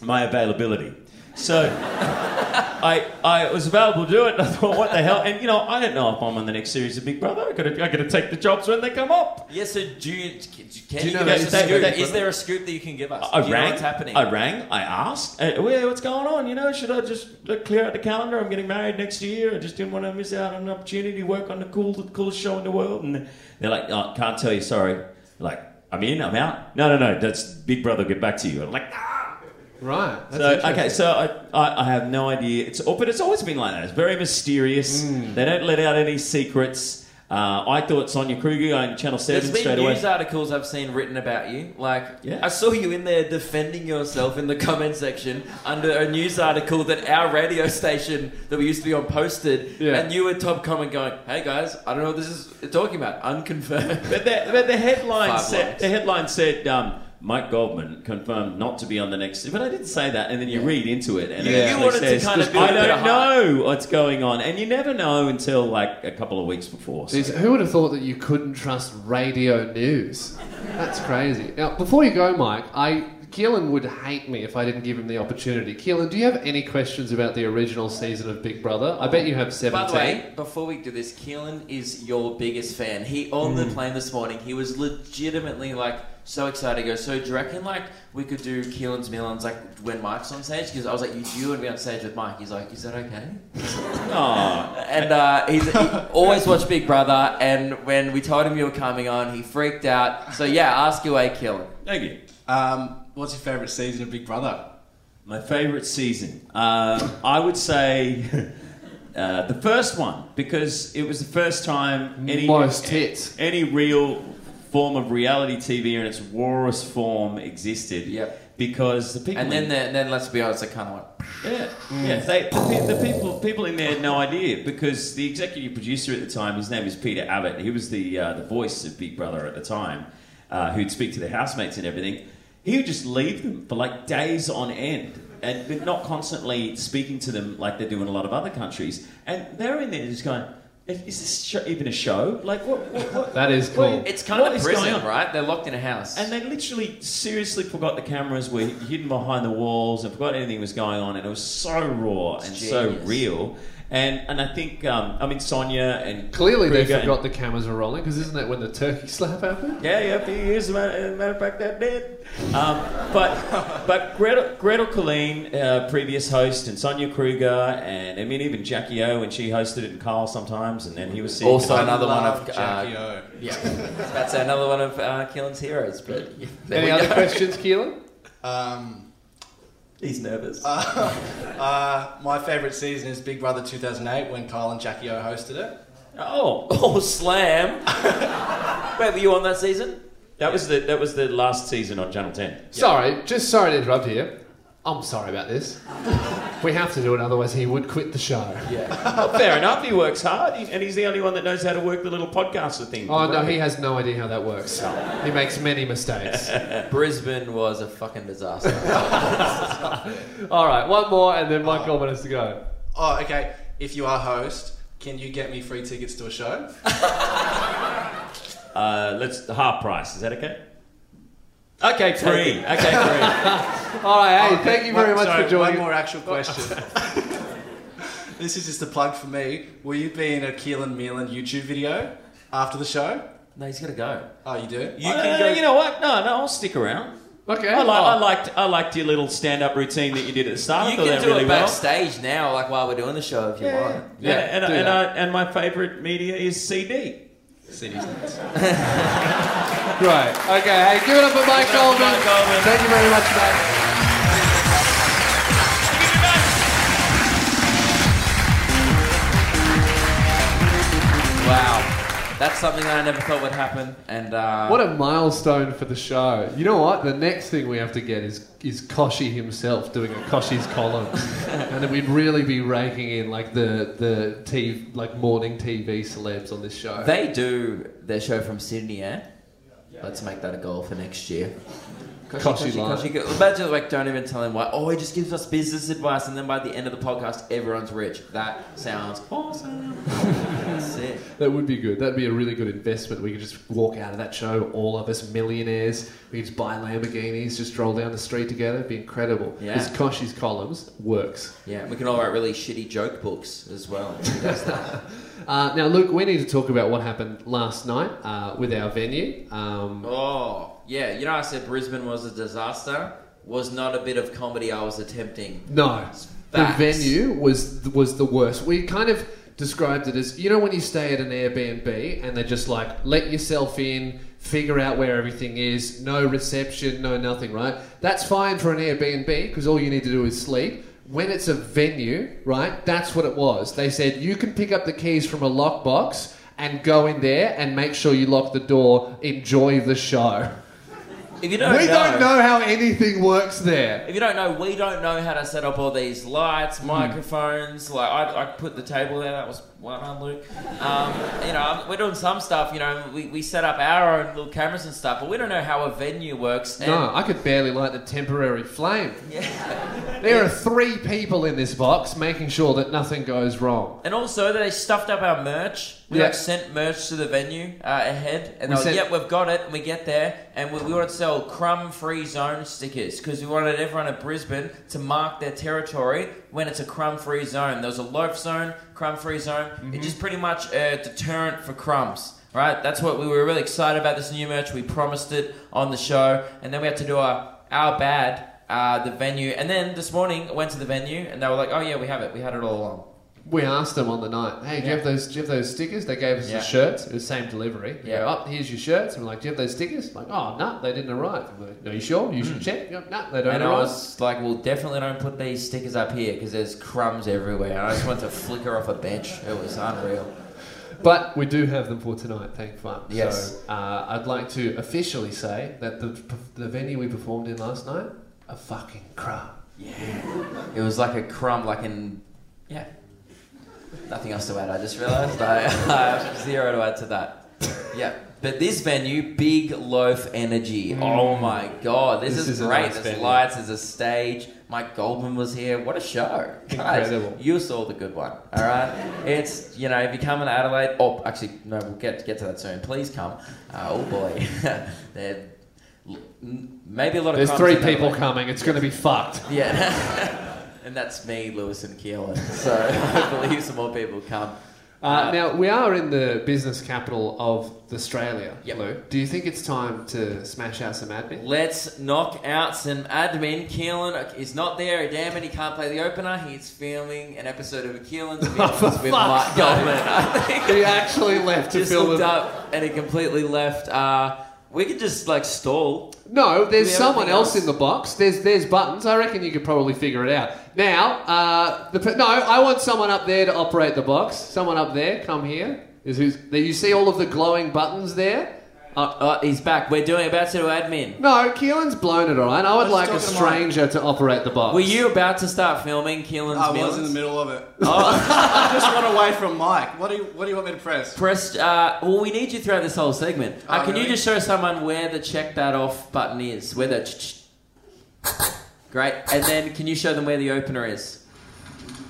my availability. So [LAUGHS] I, I was available to do it and I thought, what the hell? And, you know, I don't know if I'm on the next series of Big Brother. I've got to, I've got to take the jobs when they come up.
Yeah. So do you? Can can
Do
you,
you know
give us a
that-
scoop?
that-
Is there a scoop that you can give us?
I
do you
rang.
know what's happening?
I rang. I asked, uh, "Well, what's going on? You know, should I just uh, clear out the calendar? I'm getting married next year. I just didn't want to miss out on an opportunity to work on the cool, the coolest show in the world." And they're like, oh, "Can't tell you, sorry." Like, I'm in. I'm out. No, no, no. That's Big Brother. Get back to you. I'm like, "Ah."
Right. That's
so
interesting.
okay. So I, I, I have no idea. It's oh, but it's always been like that. It's very mysterious. They don't let out any secrets. Uh, I thought Sonia Kruger on Channel Seven
There's been
straight away.
news articles I've seen written about you. Like,
Yeah.
I saw you in there defending yourself in the comment section under a news article that our radio station that we used to be on posted,
Yeah.
and you were top comment going, "Hey guys, I don't [LAUGHS] know what this is talking about. Unconfirmed."
But the, but the headline
Five
said
likes.
the headline said um, Mike Goldman confirmed not to be on the next. But I did say that, and then you read into it, and
You-
it
you
actually
wanted to
says,
kind of build a
I
bit
don't
of hype."
know what's going on, and you never know until like a couple of weeks before. So.
Jeez, who would have thought that you couldn't trust radio news? That's crazy. Now, before you go, Mike, I Keelan would hate me if I didn't give him the opportunity. Keelan, do you have any questions about the original season of Big Brother? I bet you have
By the
seventeen.
way, before we do this, Keelan is your biggest fan. He on the plane this morning, he was legitimately like so excited. He goes, so do you reckon like we could do Keelan's Melons like when Mike's on stage? Because I was like, you do want to be on stage with Mike. He's like, is that okay?
Ah,
and uh, he's, he always watched Big Brother. And when we told him you were coming on, he freaked out. So yeah, ask your way, Keelan.
Thank you.
Um, what's your favourite season of Big Brother?
My favourite season, um, I would say [LAUGHS] uh, the first one because it was the first time any
Most hits.
any real form of reality TV in its rawest form existed.
Yep.
Because the people
And then
in-
the, then let's be honest, I kind of went.
yeah, yeah. They, the, pe- the people, people in there had no idea because the executive producer at the time, his name is Peter Abbott. He was the uh, the voice of Big Brother at the time, uh, who'd speak to the housemates and everything. He would just leave them for like days on end, and but not constantly speaking to them like they do in a lot of other countries. And they're in there just going, "Is is this show, even a show? Like what? what, what
That is
what-
cool.
It's kind
what
of
is
a
going
prison,
on?"
right? They're locked in a house.
And they literally seriously forgot the cameras were hidden behind the walls and forgot anything was going on. And it was so raw and so
genius.
real. And and I think um, I mean Sonia and
Clearly, they
Kruger and-
forgot the cameras were rolling because isn't that when the turkey slap happened?
yeah, yeah, a few years. As a matter, as a matter of fact, that did. Um, but
[LAUGHS]
but Gretel, Gretel Colleen, uh, previous host, and Sonia Kruger, and I mean even Jackie O when she hosted it, and Carl sometimes, and then he was sick.
also
And-
another one
Love
of
Jackie
uh,
O.
Yeah, that's about to say another one of uh, Keelan's heroes.
[LAUGHS]
But yeah, there
Any
we
other
go.
questions, Keelan?
Um,
He's nervous.
uh, my favourite season is Big Brother 2008 when Kyle and Jackie O hosted it.
oh,
oh, slam! Wait, were you on that season?
that was the that was the last season on Channel Ten.
Sorry, just sorry to interrupt here. I'm sorry about [LAUGHS] this. we have to do it, otherwise he would quit the show.
Well, fair enough. He works hard, he- and he's the only one that knows how to work the little podcaster thing.
Oh no, he has no idea how that works. He makes many mistakes.
Brisbane was a fucking
[LAUGHS]
disaster.
[LAUGHS] All right, one more, and then Mike Goldman has to go.
Oh, okay. If you are host, can you get me free tickets to a show?
Uh, let's half price. Is that okay? [LAUGHS] Okay, free. Okay, free.
All right, hey, thank you very
One-
much
sorry,
for joining.
One more actual question. [LAUGHS] this is just a plug for me. Will you be in a Keelan Meelan YouTube video after the show?
no, he's gotta go.
Oh, you do?
You,
Uh,
can go- you know what? No, no, I'll stick around.
Okay,
I, li-
oh,
I liked I liked your little stand up routine that you did at the start. I
you
thought
can
that
do
really
it
well.
backstage now, like while we're doing the show, if you want.
Yeah,
Yeah,
and,
do
and,
that.
I, and my favourite media is CD.
CD's next.
great. Okay, hey, give it up for Mike
it up for
Goldman.
Mike Goldman.
Thank you very much, mate.
Wow, that's something I never thought would happen. And uh,
What a milestone for the show. You know what? The next thing we have to get is is Koshi himself doing a Koshi's
[LAUGHS]
column, and then we'd really be raking in like the the TV, like morning TV celebs on this show.
They do their show from Sydney, eh? Let's make that a goal for next year.
Koshy line.
go- Imagine, like, don't even tell him why. Oh, he just gives us business advice, and then by the end of the podcast, everyone's rich. That sounds awesome. [LAUGHS] That's it.
That would be good. That'd be a really good investment. We could just walk out of that show, all of us millionaires. We could just buy Lamborghinis, just stroll down the street together. It'd be incredible.
Yeah.
Because Koshi's columns works.
Yeah, we can all write really shitty joke books as [LAUGHS] well.
Uh, now, Luke, we need to talk about what happened last night uh, with our venue. Um,
oh, yeah. You know, I said Brisbane was a disaster. Was not a bit of comedy I was attempting.
no,
Facts.
the venue was was the worst. We kind of described it as you know when you stay at an Airbnb and they're just like let yourself in. Figure out where everything is. No reception, no nothing, right? That's fine for an Airbnb because all you need to do is sleep. When it's a venue, right? That's what it was. They said you can pick up the keys from a lockbox and go in there and make sure you lock the door. Enjoy the show.
If you don't
we
know,
don't know how anything works there.
If you don't know, we don't know how to set up all these lights, microphones. Like I, I put the table there. That was well done, Luke. Um, you know, I'm- we're doing some stuff. You know, we, we set up our own little cameras and stuff, but we don't know how a venue works. And
No, I could barely light the temporary flame. [LAUGHS] There are three people in this box making sure that nothing goes wrong.
And also, they stuffed up our merch. We
Yeah.
like sent merch to the venue uh, ahead, and
We
they were
sent-
"Yep, we've got it." And we get there, and we, we wanted to sell crumb-free zone stickers because we wanted everyone at Brisbane to mark their territory when it's a crumb-free zone. There was a loaf zone, crumb-free zone.
Mm-hmm.
It's just pretty much a deterrent for crumbs. Right, that's what we were really excited about this new merch. We promised it on the show, and then we had to do our our bad, uh, the venue, and then this morning I went to the venue, and they were like, "Oh yeah, we have it. We had it all along."
We asked them on the night, hey, do you have those do you have those stickers? They gave us
Yeah.
the shirts. It was same delivery.
Yeah.
Yeah. Go, oh, here's your shirts. And we're like, do you have those stickers? like, oh no, they didn't arrive. I'm like, Are you sure? You should check. Yep, no, they don't
Hmm. And I
arrive.
was like, well, definitely don't put these stickers up here because there's crumbs everywhere. And I just wanted to flicker off a bench. It was unreal.
But we do have them for tonight, thank fuck.
Yes.
So, uh, I'd like to officially say that the, the venue we performed in last night, a fucking crap.
It was like a crumb, like in. Yeah. Nothing else to add, I just realised. I, [LAUGHS] I have zero to add to that. Yeah. But this venue, Big Loaf Energy. Oh my god, this,
Mm. This
is,
is a
great.
nice
there's
venue.
lights, there's a stage. Mike Goldman was here. What a show. Guys,
Incredible.
you saw the good one, all right? It's, you know, if you come in Adelaide, oh, actually, no, we'll get, get to that soon. Please come. Uh, oh boy. [LAUGHS] They're- m- Maybe a lot of
There's
crumbs
three
in Adelaide.
people coming. It's going to be fucked.
Yeah. [LAUGHS] and that's me, Lewis and Keelan. So [LAUGHS] hopefully some more people come.
Uh, now we are in the business capital of Australia.
Yep.
Lou. Do you think it's time to smash out some admin?
Let's knock out some admin. Keelan is not there. Damn it, he can't play the opener. He's filming an episode of Keelan's Meetings with Mike Goldman. [LAUGHS] I think
He actually left to
just
fill
looked
the.
up and he completely left. Uh, we could just like stall.
No,
Do we
there's
have
someone
anything
else,
else?
in the box. There's there's buttons. I reckon you could probably figure it out. Now, uh, the, pe- no, I want someone up there to operate the box. Someone up there, come here. Is who's, there, you see all of the glowing buttons there? Uh,
Uh, he's back. We're doing about to do admin.
no, Keelan's blown it, all right? I would
Let's
like a
talk to Mike.
stranger to operate the box.
Were you about to start filming Keelan's
I
Meetings?
was in the middle of it. [LAUGHS] I [LAUGHS] just got away from Mike. What do you What do you want me to press?
Press. Uh, well, we need you throughout this whole segment. Uh,
Oh,
can you
really?
just show someone where the check that off button is? Where the. ch- ch- Great. And then can you show them where the opener is?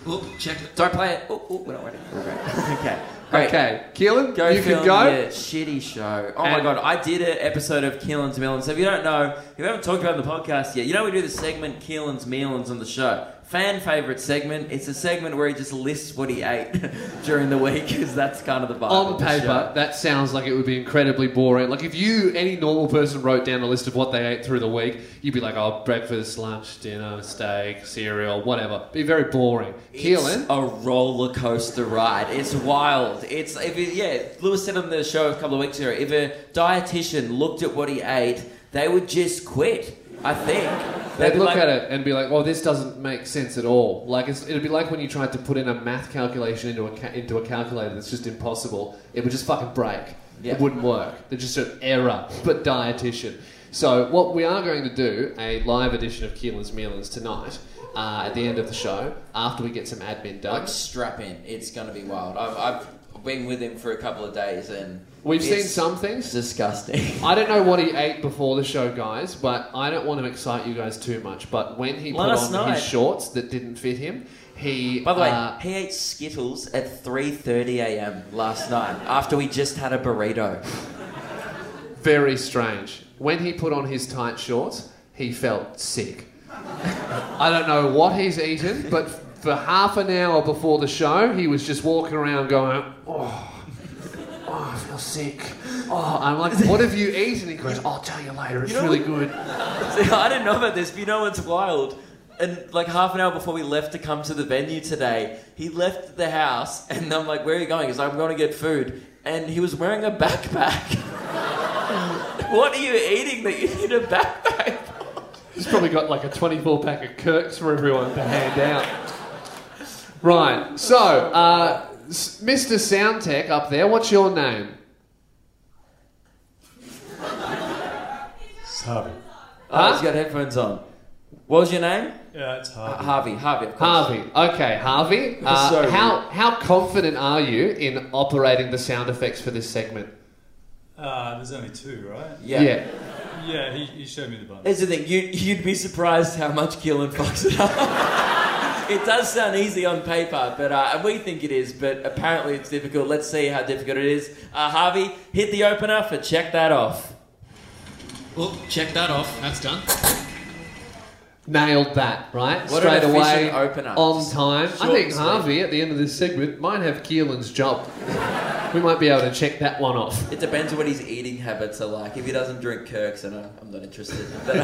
Oop, check it. Don't play it. Oop, oop, we're not ready. We're great. okay. Great.
Okay, Keelan,
Go
you
film
can go.
your shitty show. Oh my
And-
god, I did an episode of Keelan's Melons. If you don't know, if you haven't talked about it on the podcast yet, you know we do the segment Keelan's Melons on the show. Fan favorite segment. It's a segment where he just lists what he ate [LAUGHS] during the week because that's kind of the vibe.
on
of the
paper,
show.
that sounds like it would be incredibly boring. Like if you, any normal person, wrote down a list of what they ate through the week, you'd be like, "Oh, breakfast, lunch, dinner, steak, cereal, whatever." Be very boring.
It's
Keelan,
a roller coaster ride. It's wild. It's if it, yeah. Lewis said on the show a couple of weeks ago, if a dietitian looked at what he ate, they would just quit. I think
they'd
be
look
like,
at it and be like, "Well, this doesn't make sense at all." Like it's, it'd be like when you tried to put in a math calculation into a ca- into a calculator that's just impossible. It would just fucking break.
Yeah.
It wouldn't work. They're just an error, but dietitian. So what we are going to do a live edition of Keelan's Mealins tonight. Uh, at the end of the show, after we get some admin done,
Like strap in. It's gonna be wild. I've, I've been with him for a couple of days and
We've seen
it's
some things. [LAUGHS]
disgusting.
I don't know what he ate before the show, guys, but I don't want to excite you guys too much. But when he put
Last
on
night-
his shorts that didn't fit him, he.
By the way,
uh,
he ate Skittles at 3:30 a.m. last night after we just had a burrito. [LAUGHS]
very strange. When he put on his tight shorts, he felt sick. I don't know what he's eaten, but for half an hour before the show, he was just walking around going, oh, oh I feel sick. Oh, I'm like, what have you eaten? He goes, I'll tell you later. It's
You know
really
what-
good.
See, I didn't know about this, but you know what's wild? And like half an hour before we left to come to the venue today, he left the house, and I'm like, "Where are you going?" He's like, "I'm going to get food," and he was wearing a backpack. [LAUGHS] what are you eating that you need a backpack?
He's probably got like a 24 pack of Kirks for everyone to hand out. Right, so, uh, s- Mr. Soundtech up there, what's your name?
Sorry.
Oh, he's got headphones on. What was your name?
Yeah, it's hard.
Uh, Harvey. Harvey, of course.
Harvey. Okay, Harvey. Uh,
So rude.
how how confident are you in operating the sound effects for this segment?
Uh, there's only two, right?
Yeah.
Yeah, he, he showed me the button.
Here's the thing. You, you'd be surprised how much Keelan fucks it up. [LAUGHS] it does sound easy on paper, but uh, and we think it is, but apparently it's difficult. Let's see how difficult it is. Uh, Harvey, hit the opener for Check That Off.
Well, check that off. That's done.
Nailed that, right?
What an
Straight away,
efficient opener.
on time. I
Short
think
and sweet.
Harvey, at the end of this segment, might have Keelan's job. we might be able to check that one off.
It depends on what his eating habits are like. If he doesn't drink Kirks, then I- I'm not interested. [LAUGHS] But,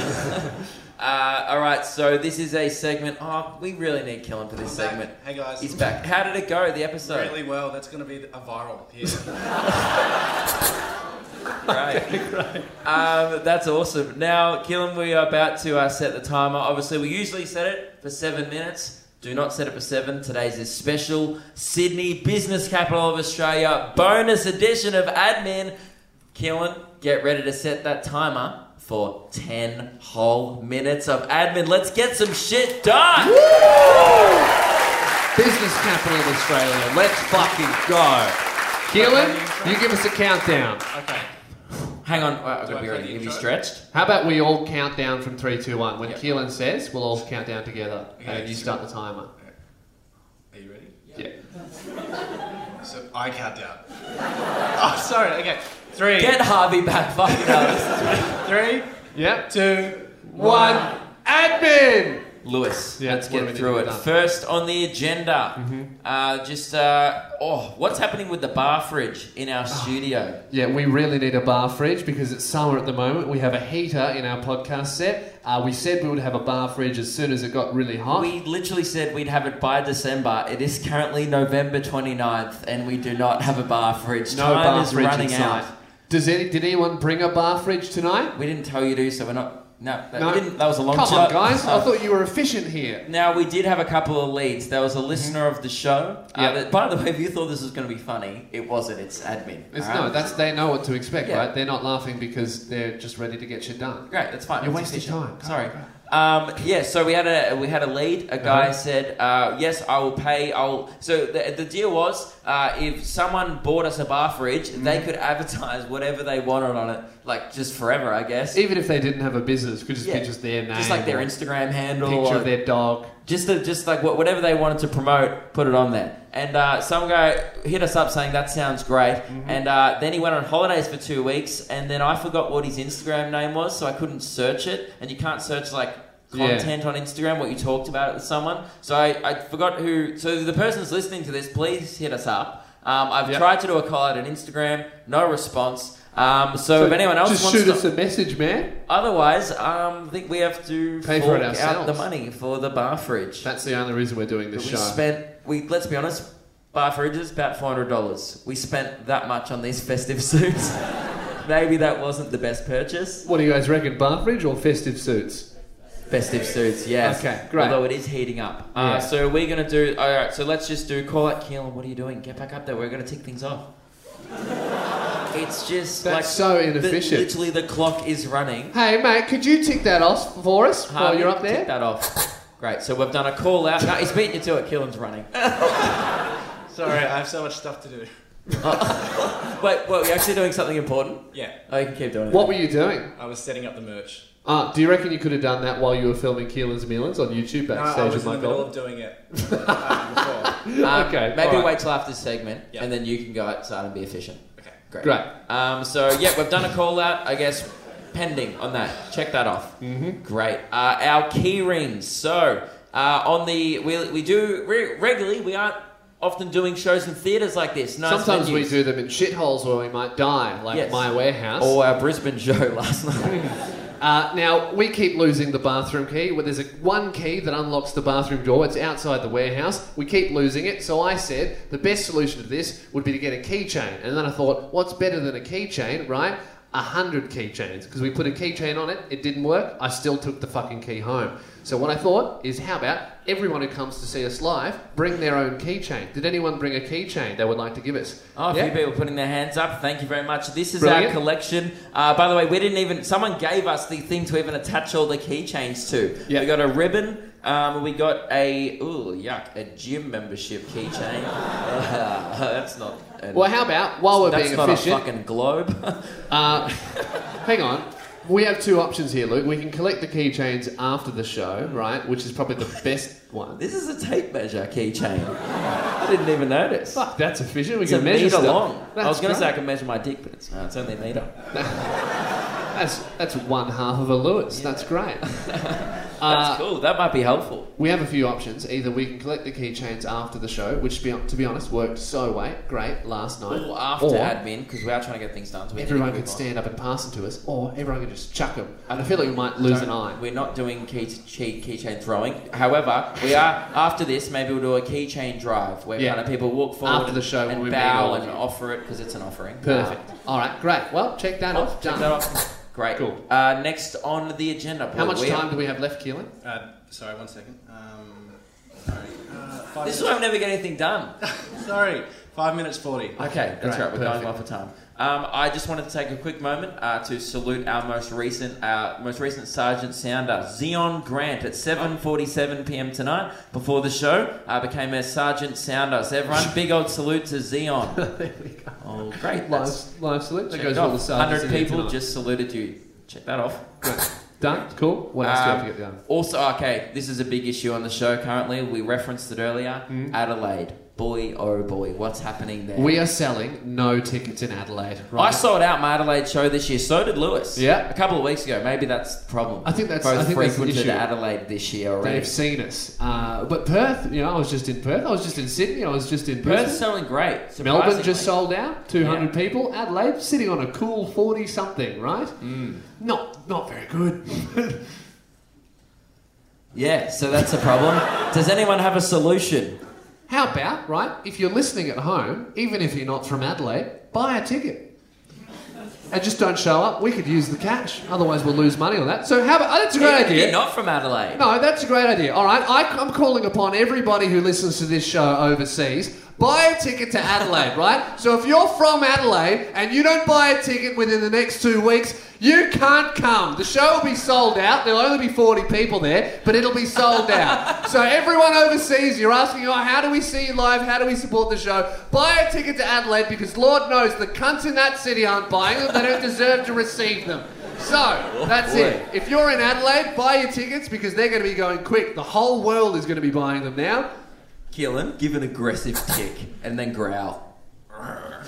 uh, all right, so this is a segment. Oh, we really need Kellen for this
I'm back.
segment.
Hey, guys.
he's back. How did it go? The episode.
Really well. That's going to be a viral here.
[LAUGHS] Great. Um, that's awesome. Now, Killam, we are about to uh, set the timer. Obviously, we usually set it for seven minutes. Do not set it for seven. Today's is special Sydney, business capital of Australia, bonus edition of admin. Killam, get ready to set that timer for 10 whole minutes of admin. Let's get some shit done.
Business capital of Australia. Let's fucking go. Keelan, you give us a countdown.
Okay.
Hang on. Uh, we already have you stretched.
How about we all count down from three, two, one? When
Yep.
Keelan says, we'll all count down together, and you start the timer.
[LAUGHS] Are you ready?
Yeah.
So I count down. Oh, sorry. Okay. Three,
Get Harvey back. Fuck it [LAUGHS] up.
three,
Yep.
two,
One. Admin.
Lewis,
Yeah,
let's
what do we
get
need
through
to
it.
get done? Mm-hmm.
First on the agenda, uh, just uh, oh, what's happening with the bar fridge in
Oh.
our studio?
Yeah, we really need a bar fridge because it's summer at the moment. We have a heater in our podcast set. Uh, we said we would have a bar fridge as soon as it got really hot.
We literally said we'd have it by December. It is currently November 29th, and we do not have a bar fridge.
no
Time
bar
is
fridge
running
inside.
out.
Does any, did anyone bring a bar fridge tonight?
We didn't tell you to, so we're not. No, that,
No.
we didn't, that was a long
Come
shot.
on, guys.
[LAUGHS]
I thought you were efficient here.
Now we did have a couple of leads. There was a listener of the show. Uh,
Mm-hmm. Yeah.
that- by the way, if you thought this was going to be funny, it wasn't. It's admin.
It's,
all right?
No, that's they know what to expect,
Uh-huh. Yeah.
right? They're not laughing because they're just ready to get shit done.
Great, that's fine.
You're
That's
wasting
efficient.
time.
Sorry. Um, yeah, so we had a we had a lead. A guy
Uh-huh.
said, uh, "Yes, I will pay. I'll." So the, the deal was, uh, if someone bought us a bar fridge, they
Mm-hmm.
could advertise whatever they wanted on it, like just forever, I guess.
Even if they didn't have a business, could just
Yeah.
be just their name,
just like their
or
Instagram handle,
picture
or
of their dog.
just the, just like wha- whatever they wanted to promote, put it on there. And uh, some guy hit us up saying that sounds great.
Mm-hmm.
And uh, then he went on holidays for two weeks, and then I forgot what his Instagram name was, so I couldn't search it. And you can't search like
Yeah.
content on Instagram what you talked about it with someone. So I, I forgot who. So the person's listening to this, please hit us up. Um, I've
Yep.
tried to do a call out on Instagram, no response. Um, so, if anyone else
just
wants
shoot
to,
us a message, man.
otherwise, um, I think we have to
Pay for it
fork out
ourselves.
the money for the bar fridge.
That's the only reason we're doing
But
this
we
show.
spent we let's be honest, bar fridges about four hundred dollars. We spent that much on these [LAUGHS] festive suits. Maybe that wasn't the best purchase.
what do you guys reckon, bar fridge or festive suits?
Festive suits, yes.
Okay, great.
Although it is heating up. Uh,
Yeah.
So we're gonna do. All right. So let's just do call out Keelan. What are you doing? Get back up there. We're gonna tick things
[LAUGHS]
off. It's just
That's
like
so
the-
inefficient.
literally, the clock is running.
Hey, mate, could you tick that off for us
Um,
while
Harvey,
you're up
Tick
there?
that off. Great. So we've done a call out. No, he's beating you to it. Keelan's running.
Sorry, I have so much stuff to do.
Wait, what? We're actually doing something important.
Yeah,
Oh, you can keep doing it.
What were you doing?
I was setting up the merch.
Ah, do you reckon you could have done that while you were filming Keelan's Mealins on YouTube
No, I
backstage
was
with
in
my
the middle of
goal?
doing it. uh, before.
Um,
Okay,
Maybe
alright.
wait till after this segment,
Yeah.
and then you can go outside and be efficient.
Okay.
Great.
Great.
Um, so yeah, we've done a call out. I guess pending on that. Check that off. Mm-hmm. Great. Uh, our key rings. So uh, on the we we do re- regularly. We aren't often doing shows in theatres like this. Nice
Sometimes we
venues.
do them in shitholes where we might die, like
Yes.
my warehouse.
Or our Brisbane show [LAUGHS] last night.
Uh, now we keep losing the bathroom key. Well, there's a, one key that unlocks the bathroom door. It's outside the warehouse. We keep losing it. So I said the best solution to this would be to get a keychain. And then I thought, what's better than a keychain, right? 100 keychains because we put a keychain on it, it didn't work, I still took the fucking key home. So what I thought is how about everyone who comes to see us live bring their own keychain. Did anyone bring a keychain they would like to give us?
Oh, a
Yeah?
few people putting their hands up. Thank you very much. This is
Brilliant.
our collection. Uh, by the way, we didn't even. Someone gave us the thing to even attach all the keychains to.
Yeah.
We got a ribbon. Um, we got a ooh yuck a gym membership keychain. [LAUGHS] Uh, that's not. an-
Well, how about while we're
that's
being
not
efficient,
a fucking globe. [LAUGHS]
Uh, [LAUGHS] hang on. We have two options here, Luke. We can collect the keychains after the show, right? Which is probably the best one.
this is a tape measure keychain. I didn't even notice.
Fuck, that's efficient. We
It's a
can measure
meter
stuff.
long. I was going to
great.
say I can measure my dick, but it's, no, it's only a meter.
that's that's one half of a Lewis. That's
[LAUGHS]
great. Uh,
That's cool. That might be helpful.
We have a few options. Either we can collect the keychains after the show, which, be, to be honest, worked so way great last night.
Or after
Or-
admin, because we are trying to get things done. So we need to
Everyone
move
could
on.
stand up and pass them to us, or everyone could just chuck them. And I feel like we might lose an eye.
We're not doing key key keychain throwing. However, we are after this. Maybe we'll do a keychain drive where
Yeah.
kind of people walk forward
After the show when
and
we meet all
bow
of
and
you.
offer it because it's an offering.
Perfect. All right, great. Well, check that
Uh,
off.
check
Done.
that off. Great.
Cool.
Uh, next on the agenda.
How
Paul,
much
we-
time do we have left, Keelan?
Uh, sorry, one second. Um, sorry. Uh, five
This is
minutes-
why we never get anything done.
sorry, five minutes forty.
Okay, that's
Great,
right. We're
perfect.
going well for time. Um, I just wanted to take a quick moment uh, to salute our most recent, our most recent Sergeant Sounder, Zion Grant, at 7:47 p.m. tonight. Before the show, uh, became a Sergeant Sounder.
[LAUGHS]
So everyone, big old salute to Zion.
there we go.
Oh, great!
Live,
That's
live salute. That goes
checked
with all the
off.
sergeants in
100
here
people
tonight.
just saluted you. Check that off.
done. Cool. What else do you have
Um,
to get done?
Also, okay, this is a big issue on the show currently. We referenced it earlier. Adelaide, boy, oh boy, what's happening there?
Mm-hmm. We are selling no tickets in Adelaide. Right?
I sold out my Adelaide show this year. So did Lewis.
Yeah.
a couple of weeks ago. Maybe that's the problem.
I think that's-
both
I think that's the
frequented
issue.
Adelaide this year already.
They've seen us. Uh, but Perth, you know, I was just in Perth. I was just in Sydney. I was just in
Perth's
Perth.
selling great.
Melbourne
surprisingly.
just sold out, 200 people. Adelaide sitting on a cool 40 something, right?
Mm.
Not, not very good. [LAUGHS]
Yeah, so that's
[LAUGHS]
a problem. Does anyone have a solution?
How about, right, if you're listening at home, even if you're not from Adelaide, buy a ticket. And just don't show up. We could use the cash. Otherwise, we'll lose money on that. So, how about oh, that's a great idea.
You're not from Adelaide.
No, that's a great idea. All right, I, I'm calling upon everybody who listens to this show overseas. Buy a ticket to Adelaide, right? So if you're from Adelaide and you don't buy a ticket within the next two weeks, you can't come. The show will be sold out. There'll only be 40 people there, but it'll be sold out. so everyone overseas, you're asking, oh, how do we see you live? How do we support the show? Buy a ticket to Adelaide because Lord knows the cunts in that city aren't buying them. They don't deserve to receive them. So that's
boy.
it. If you're in Adelaide, buy your tickets because they're going to be going quick. The whole world is going to be buying them now.
Keelan, give an aggressive kick and
[LAUGHS]
then growl. Boom,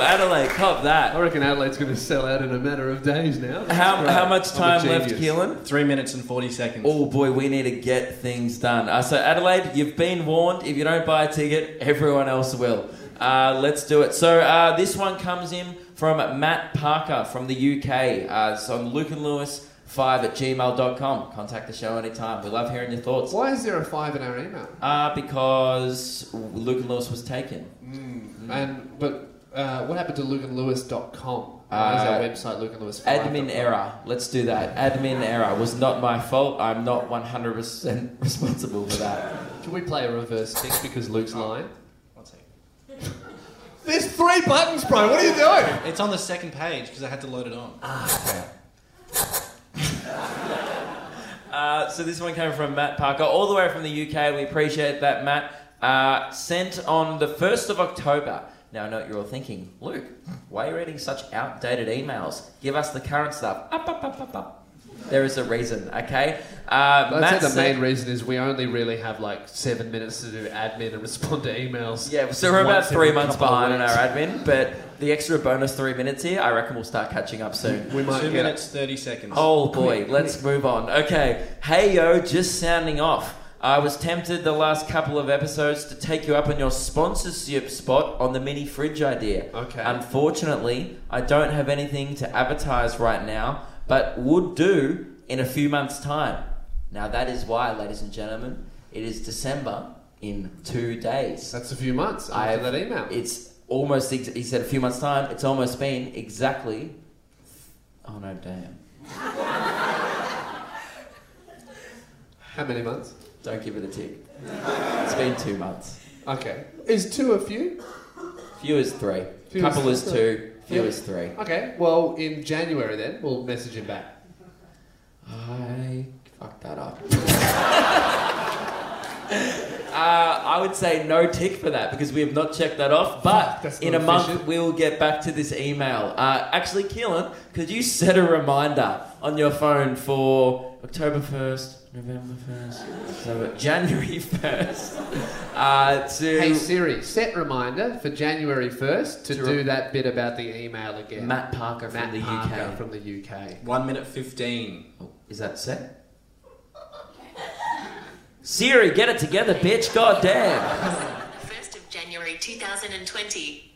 Adelaide, cop
I
that.
reckon Adelaide's going to sell out in a matter of days now.
How,
That's
how
great.
much
I'm a
time left,
genius.
Keelan?
Three minutes and forty seconds.
Oh boy, we need to get things done. Uh, so Adelaide, you've been warned. If you don't buy a ticket, everyone else will. Uh, let's do it. So uh, this one comes in from Matt Parker from the UK. Uh, it's on Luke and Lewis five at gmail.com. Contact the show anytime. We love hearing your thoughts.
Why is there a five in our email?
Uh, because Luke and Lewis was taken.
Mm. And but uh, what happened to lukeandlewis.com? Uh,
Uh,
is our website lukeandlewis?
Admin error. Let's do that. Admin error was not my fault. I'm not 100% [LAUGHS] responsible for that.
Can we play a reverse tick because Luke's lying?
One second.
[LAUGHS] There's three buttons, bro. What are you doing?
It's on the second page because I had to load it on.
Uh, so this one came from Matt Parker, all the way from the UK. We appreciate that, Matt. Uh, sent on the 1st of October. Now, I know what you're all thinking. Luke, why are you reading such outdated emails? Give us the current stuff. Up, up, up, up, up. There is a reason, okay? Uh,
I'd
Matt
say the
said-
main reason is we only really have like seven minutes to do admin and respond to emails.
Yeah, so we're about
Once every
three months
couple of
behind on our
weeks.
admin, but the extra bonus three minutes here, I reckon we'll start catching up soon.
We might
Two
get
minutes thirty seconds.
Oh boy, let's move on. Okay, hey yo, just sounding off. I was tempted the last couple of episodes to take you up on your sponsorship spot on the mini fridge idea.
Okay.
Unfortunately, I don't have anything to advertise right now, but would do in a few months' time. Now, that is why, ladies and gentlemen, it is December in two days.
That's a few months after
I've-
that email.
It's almost. Ex- he said a few months time. It's almost been exactly. Oh no, damn!
How many months?
Don't give it a tick. It's been two months.
Okay. Is two a few?
Few is three.
Few
Couple
is
is, two. Few
Yeah.
is three.
Okay. Well, in January then, we'll message him back.
I fucked
[LAUGHS]
that up. Uh, I would say no tick for that because we have not checked that off. But
That's
in a
not
month,
efficient.
we'll get back to this email. Uh, actually, Keelan, could you set a reminder on your phone for October 1st, November 1st, December, [LAUGHS] January 1st? Uh, to
Hey Siri, set reminder for January 1st to,
To re-
do that bit about the email again.
Matt Parker from
Matt
the
Parker
UK.
from the UK.
One minute fifteen.
Oh, Is that set? Siri, get it together, bitch. God damn.
1st of January 2020.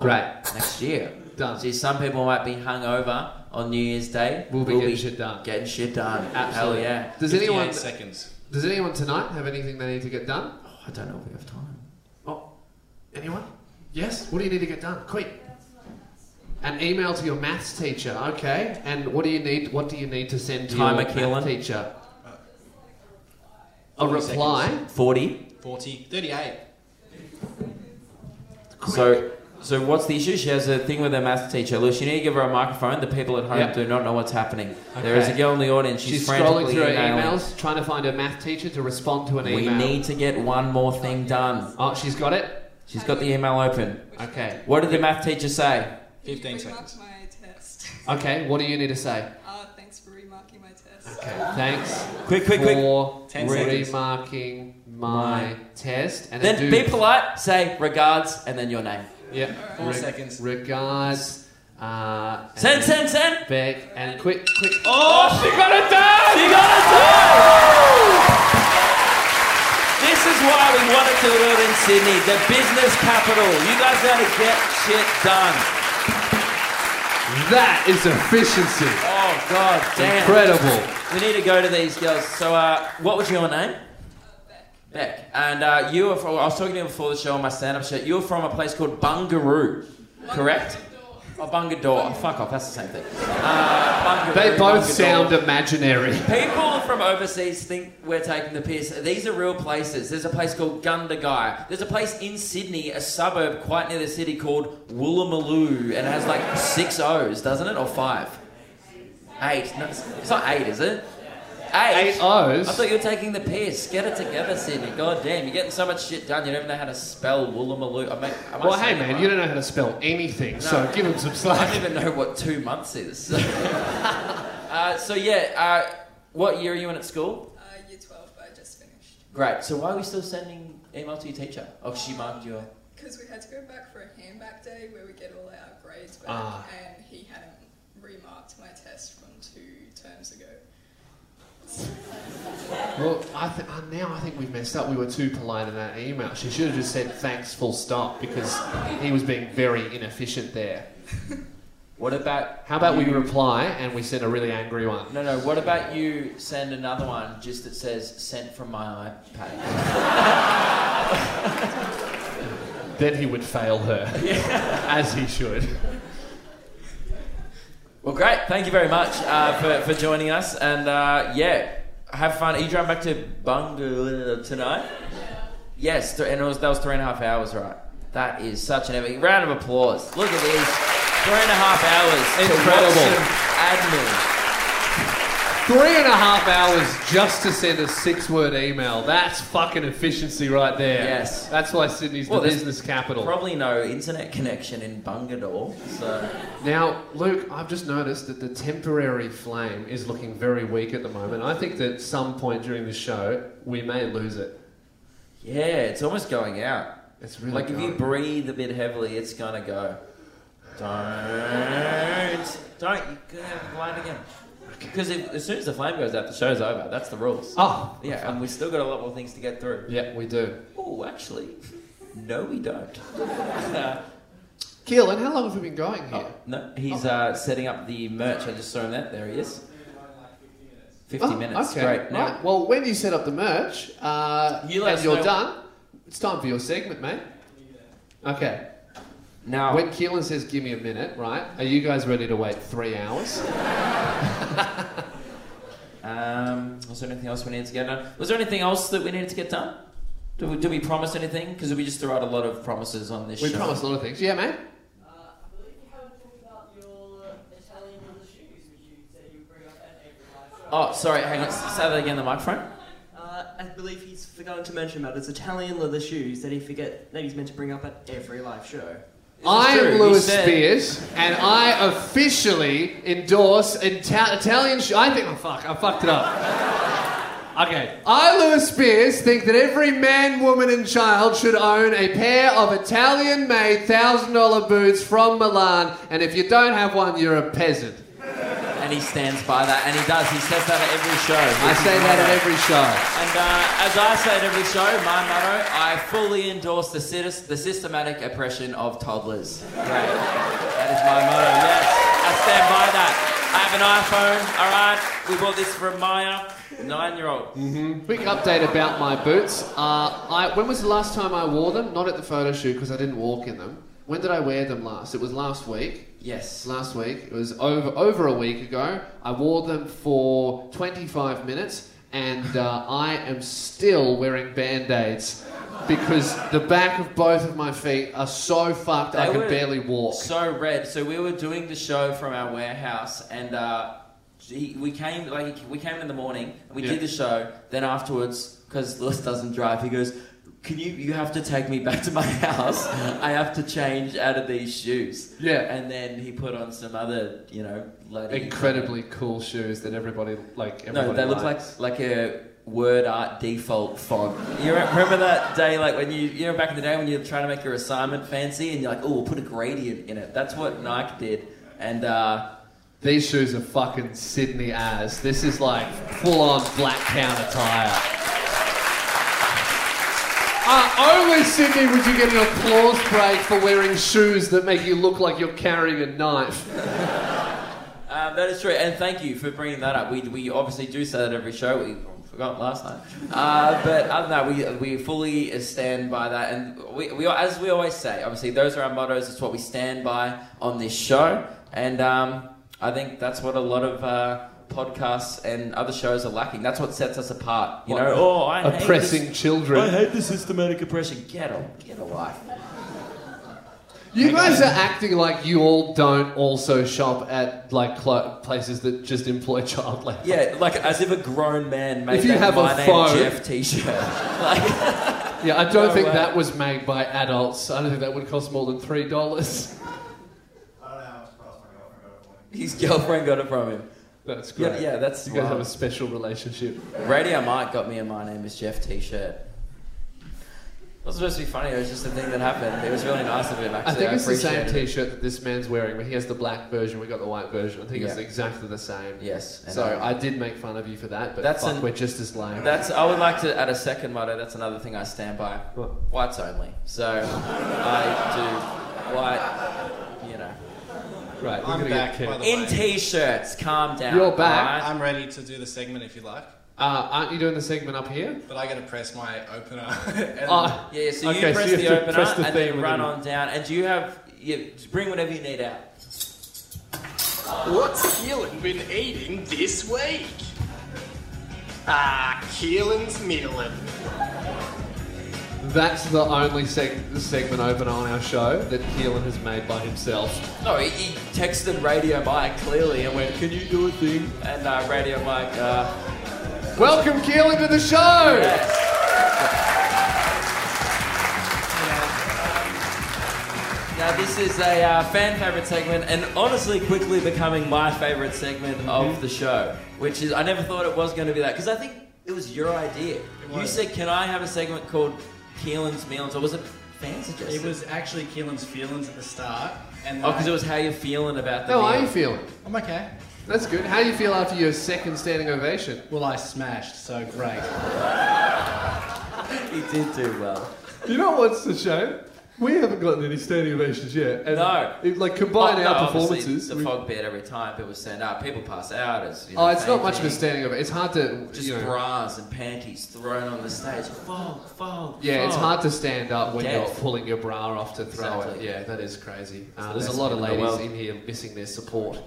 Great.
Next year.
Done.
See, some people might be hungover on New Year's Day.
We'll be getting shit done.
Getting shit done.
Absolutely.
Hell yeah.
Does anyone
seconds?
does anyone tonight have anything they need to get done?
Oh, I don't know if we have time.
Oh, anyone? Yes? What do you need to get done? Quick. An email to your maths teacher, okay? And what do you need? What do you need to send to
Timer,
your
Keelan.
maths teacher? A
40
reply.
40.
40, 38.
So, so what's the issue? She has a thing with her maths teacher. Look, you need to give her a microphone. The people at home
Yep.
do not know what's happening. There is a
Okay.
girl in the audience. She's,
She's scrolling
frantically
through her
emailing.
emails, trying to find her math teacher to respond to an
We
email.
need to get one more thing done.
Oh, she's got it.
She's got the email open.
Okay.
What did the math teacher say?
15 seconds.
My test.
Okay. What do you need to say?
Uh, thanks for remarking my test.
Okay. Thanks
Quick, quick, quick.
for
Ten seconds.
remarking my, test. And
Then
do-
be polite, say regards, and then your name.
Yeah.
Four seconds.
Regards. Uh, and
Send, send, send.
Back and quick, quick.
Oh, she got it done! She got it done! This is why we wanted to live in Sydney, the business capital. You guys gotta get shit done.
That is efficiency.
Oh god damn.
Incredible.
We need to go to these girls. So, uh, what was your name? Beck. And uh, you were from, I was talking to you before the show on my stand up show. You were from a place called Bungaroo, correct? Oh, Bungadore. Fuck off, that's the same thing. Uh, Bungaroo,
They both
Bungadore.
sound imaginary.
People from overseas think we're taking the piss. These are real places. There's a place called Gundagai. There's a place in Sydney, a suburb quite near the city called Woolloomooloo, and it has like six O's, doesn't it, or five? Eight. No, it's it's not eight, is it? Eight.
Eight
I
O's.
thought you were taking the piss. Get it together, Sydney. God damn, you're getting so much shit done. You don't even know how to spell Woolloomooloo. I mean, am I
Well, hey
saying that
man,
right?
you don't know how to spell anything, so give them some
I don't
slack.
even know what two months is. [LAUGHS] uh, so yeah, uh, what year are you in at school?
Uh, year 12, but I just finished.
Great. So why are we still sending email to your teacher? Oh, she marked your.
Because we had to go back for a handback day where we get all our grades back,
Ah.
and he hadn't remarked my test from two terms ago.
Well, I th- uh, now I think we've messed up. We were too polite in that email. She should have just said thanks, full stop, because he was being very inefficient there.
What about?
How about we
you-
reply and we send a really angry one?
No, no. What about you send another one just that says "sent from my iPad"?
Then he would fail
[LAUGHS]
her, as he should.
Well, great. Thank you very much uh, for for joining us, and uh, yeah, have fun. Are you driving back to Bunga tonight? Yes, th- and it was, that was three and a half hours, right? That is such an epic round of applause. Look at these three and a half hours. to watch
Incredible.
some Admin.
Three and a half hours just to send a six-word email. That's fucking efficiency right there.
Yes.
That's why Sydney's
Well,
the
there's
business capital.
Probably no internet connection in Bungadore, so
Now, Luke, I've just noticed that the temporary flame is looking very weak at the moment. I think that at some point during the show, we may lose it.
yeah, it's almost going out.
It's really
like if you
going.
breathe a bit heavily, it's gonna go. Don't, don't. You could have the light again. Because if, as soon as the flame goes out, the show's over. That's the rules.
Oh,
Yeah, and we've still got a lot more things to get through.
yeah, we do.
Oh, actually, no, we don't. [LAUGHS]
Keelan, how long have we been going here?
No, he's uh, setting up the merch. I just saw him there. There he is. Fifty
Oh,
minutes.
Okay,
Great. Now,
right. Well, when you set up the merch, uh,
You let
and
us
you're
know-
done, it's time for your segment, mate. Okay.
Now,
When Keelan says, give me a minute, right? Are you guys ready to wait three hours?
um, was there anything else we needed to get done? Was there anything else that we needed to get done? Do we, do we promise anything? Because we just threw out a lot of promises on this
We
show.
promised a lot of things. Yeah, man?
Uh, I believe you haven't talked about your uh, Italian leather shoes, which you said you bring up at every live show.
Oh, sorry, hang on. s- Say that again, the microphone.
Uh, I believe he's forgotten to mention about his Italian leather shoes that he forget that he's meant to bring up at every live show.
I
true.
am
He
Lewis
said-
Spears, and I officially endorse Ita- Italian. Sh- I think. Oh, fuck. I fucked it up. Okay. I, Lewis Spears, think that every man, woman, and child should own a pair of Italian made $1,000 boots from Milan, and if you don't have one, you're a peasant.
And he stands by that, and he does. He says that at every show.
I say that at every show.
And uh, as I say at every show, my motto: I fully endorse the, citi- the systematic oppression of toddlers. Great. That is my motto. Yes, I stand by that. I have an iPhone. All right, we bought this from Maya, nine-year-old.
Quick update about my boots. Uh, I, when was the last time I wore them? Not at the photo shoot because I didn't walk in them. When did I wear them last? It was last week.
Yes.
Last week. It was over over a week ago. I wore them for 25 minutes, and uh, I am still wearing band aids because the back of both of my feet are so fucked I
They
can
were
barely walk.
So red. So we were doing the show from our warehouse, and uh, he, we came like we came in the morning. We
Yeah.
did the show. Then afterwards, because Lewis doesn't drive, he goes, "Can you? You have to take me back to my [LAUGHS] house. I have to change out of these shoes."
Yeah.
And then he put on some other, you know, loaded
Incredibly cool shoes that everybody like. Everybody
No, they look
likes.
like like a word art default font. You re- remember that day, like when you you know back in the day when you're trying to make your assignment fancy and you're like, oh, we'll put a gradient in it. That's what Nike did, and uh,
These shoes are fucking Sydney as. This is like full on black town attire. Uh, only Sydney would you get an applause break for wearing shoes that make you look like you're carrying a knife.
um, that is true. And thank you for bringing that up. We we obviously do say that every show. We forgot last time, uh, but other than that, we we fully stand by that, and we we are- as we always say, obviously those are our mottos. It's what we stand by on this show, and um, I think that's what a lot of. Uh, podcasts and other shows are lacking that's what sets us apart you know oh i
[LAUGHS]
hate this-
Oppressing
I
children.
hate the systematic oppression. Get a, get a life.
You guys are acting like you all don't also shop at like clo- places that just employ child labor.
Yeah, like as if a grown man made
If you
that
have a
My Name
phone-
Jeff t-shirt. [LAUGHS] like,
Yeah, I don't
No
think
way.
that was made by adults. I don't think that would cost more than three dollars. [LAUGHS]
his girlfriend got it from him.
That's great.
Yeah, yeah that's
You guys have a
wild.
special relationship.
Radio Mike got me a My Name is Jeff t-shirt. It was supposed to be funny. It was just a thing that happened. It was really nice of him. Actually,
I think it's the same
appreciated it.
T-shirt that this man's wearing, but he has the black version. We got the white version. I think it's
Yeah.
exactly the same.
Yes. and,
So
um,
I did make fun of you for that, but
That's
fuck,
an-
we're just as lame.
That's. I would like to add a second motto. That's another thing I stand by.
What?
Whites only. So I do white. You know,
right. We're
I'm
gonna
back,
get
by
kicked.
the
in
way.
t-shirts. Calm down.
You're back.
alright?
I'm ready to do the segment if you like,
Uh, aren't you doing the segment up here?
but I gotta press my opener. [LAUGHS] and
Oh,
Yeah, yeah, so
Okay,
you
so
press
you
the
have to
opener
press the theme
and then
and
run
then-
on down. And do you have? You bring whatever you need out.
What's Keelan been eating this week? Ah, Keelan's mealin'.
that's the only seg- segment opener on our show that Keelan has made by himself.
No, he, he texted Radio Mike clearly and went, "Can you do a thing?" And uh, Radio Mike, uh,
Welcome, Keelan, to the show.
yes. Now this is a uh, fan favorite segment, and honestly, quickly becoming my favorite segment
Mm-hmm.
of the show. Which is, I never thought it was going to be that because I think it was your idea. You said, "Can I have a segment called Keelan's Meals?" Or was it fan suggested?
it was actually Keelan's feelings at the start, and
Oh,
then
because it was how you're feeling about the
How are
meal.
you feeling?
I'm okay.
That's good. How do you feel after your second standing ovation?
Well, I smashed, so great.
He did do well.
You know what's the show? We haven't gotten any standing ovations yet. And
No.
it- like combine
Oh,
our
no, obviously,
performances.
The
we-
fog bed every time people stand up, people pass out. As, you know,
oh, it's not
same
much of a
thing.
standing ovation. It's hard to
Just
you know,
bras and panties thrown on the stage. Fog, fog.
Yeah, it's
fog.
hard to stand up when
Death.
you're pulling your bra off to throw
Exactly.
it. Yeah, that is crazy.
It's
Uh,
the
there's a
best
lot of
thing in the
ladies
world.
in here missing their support.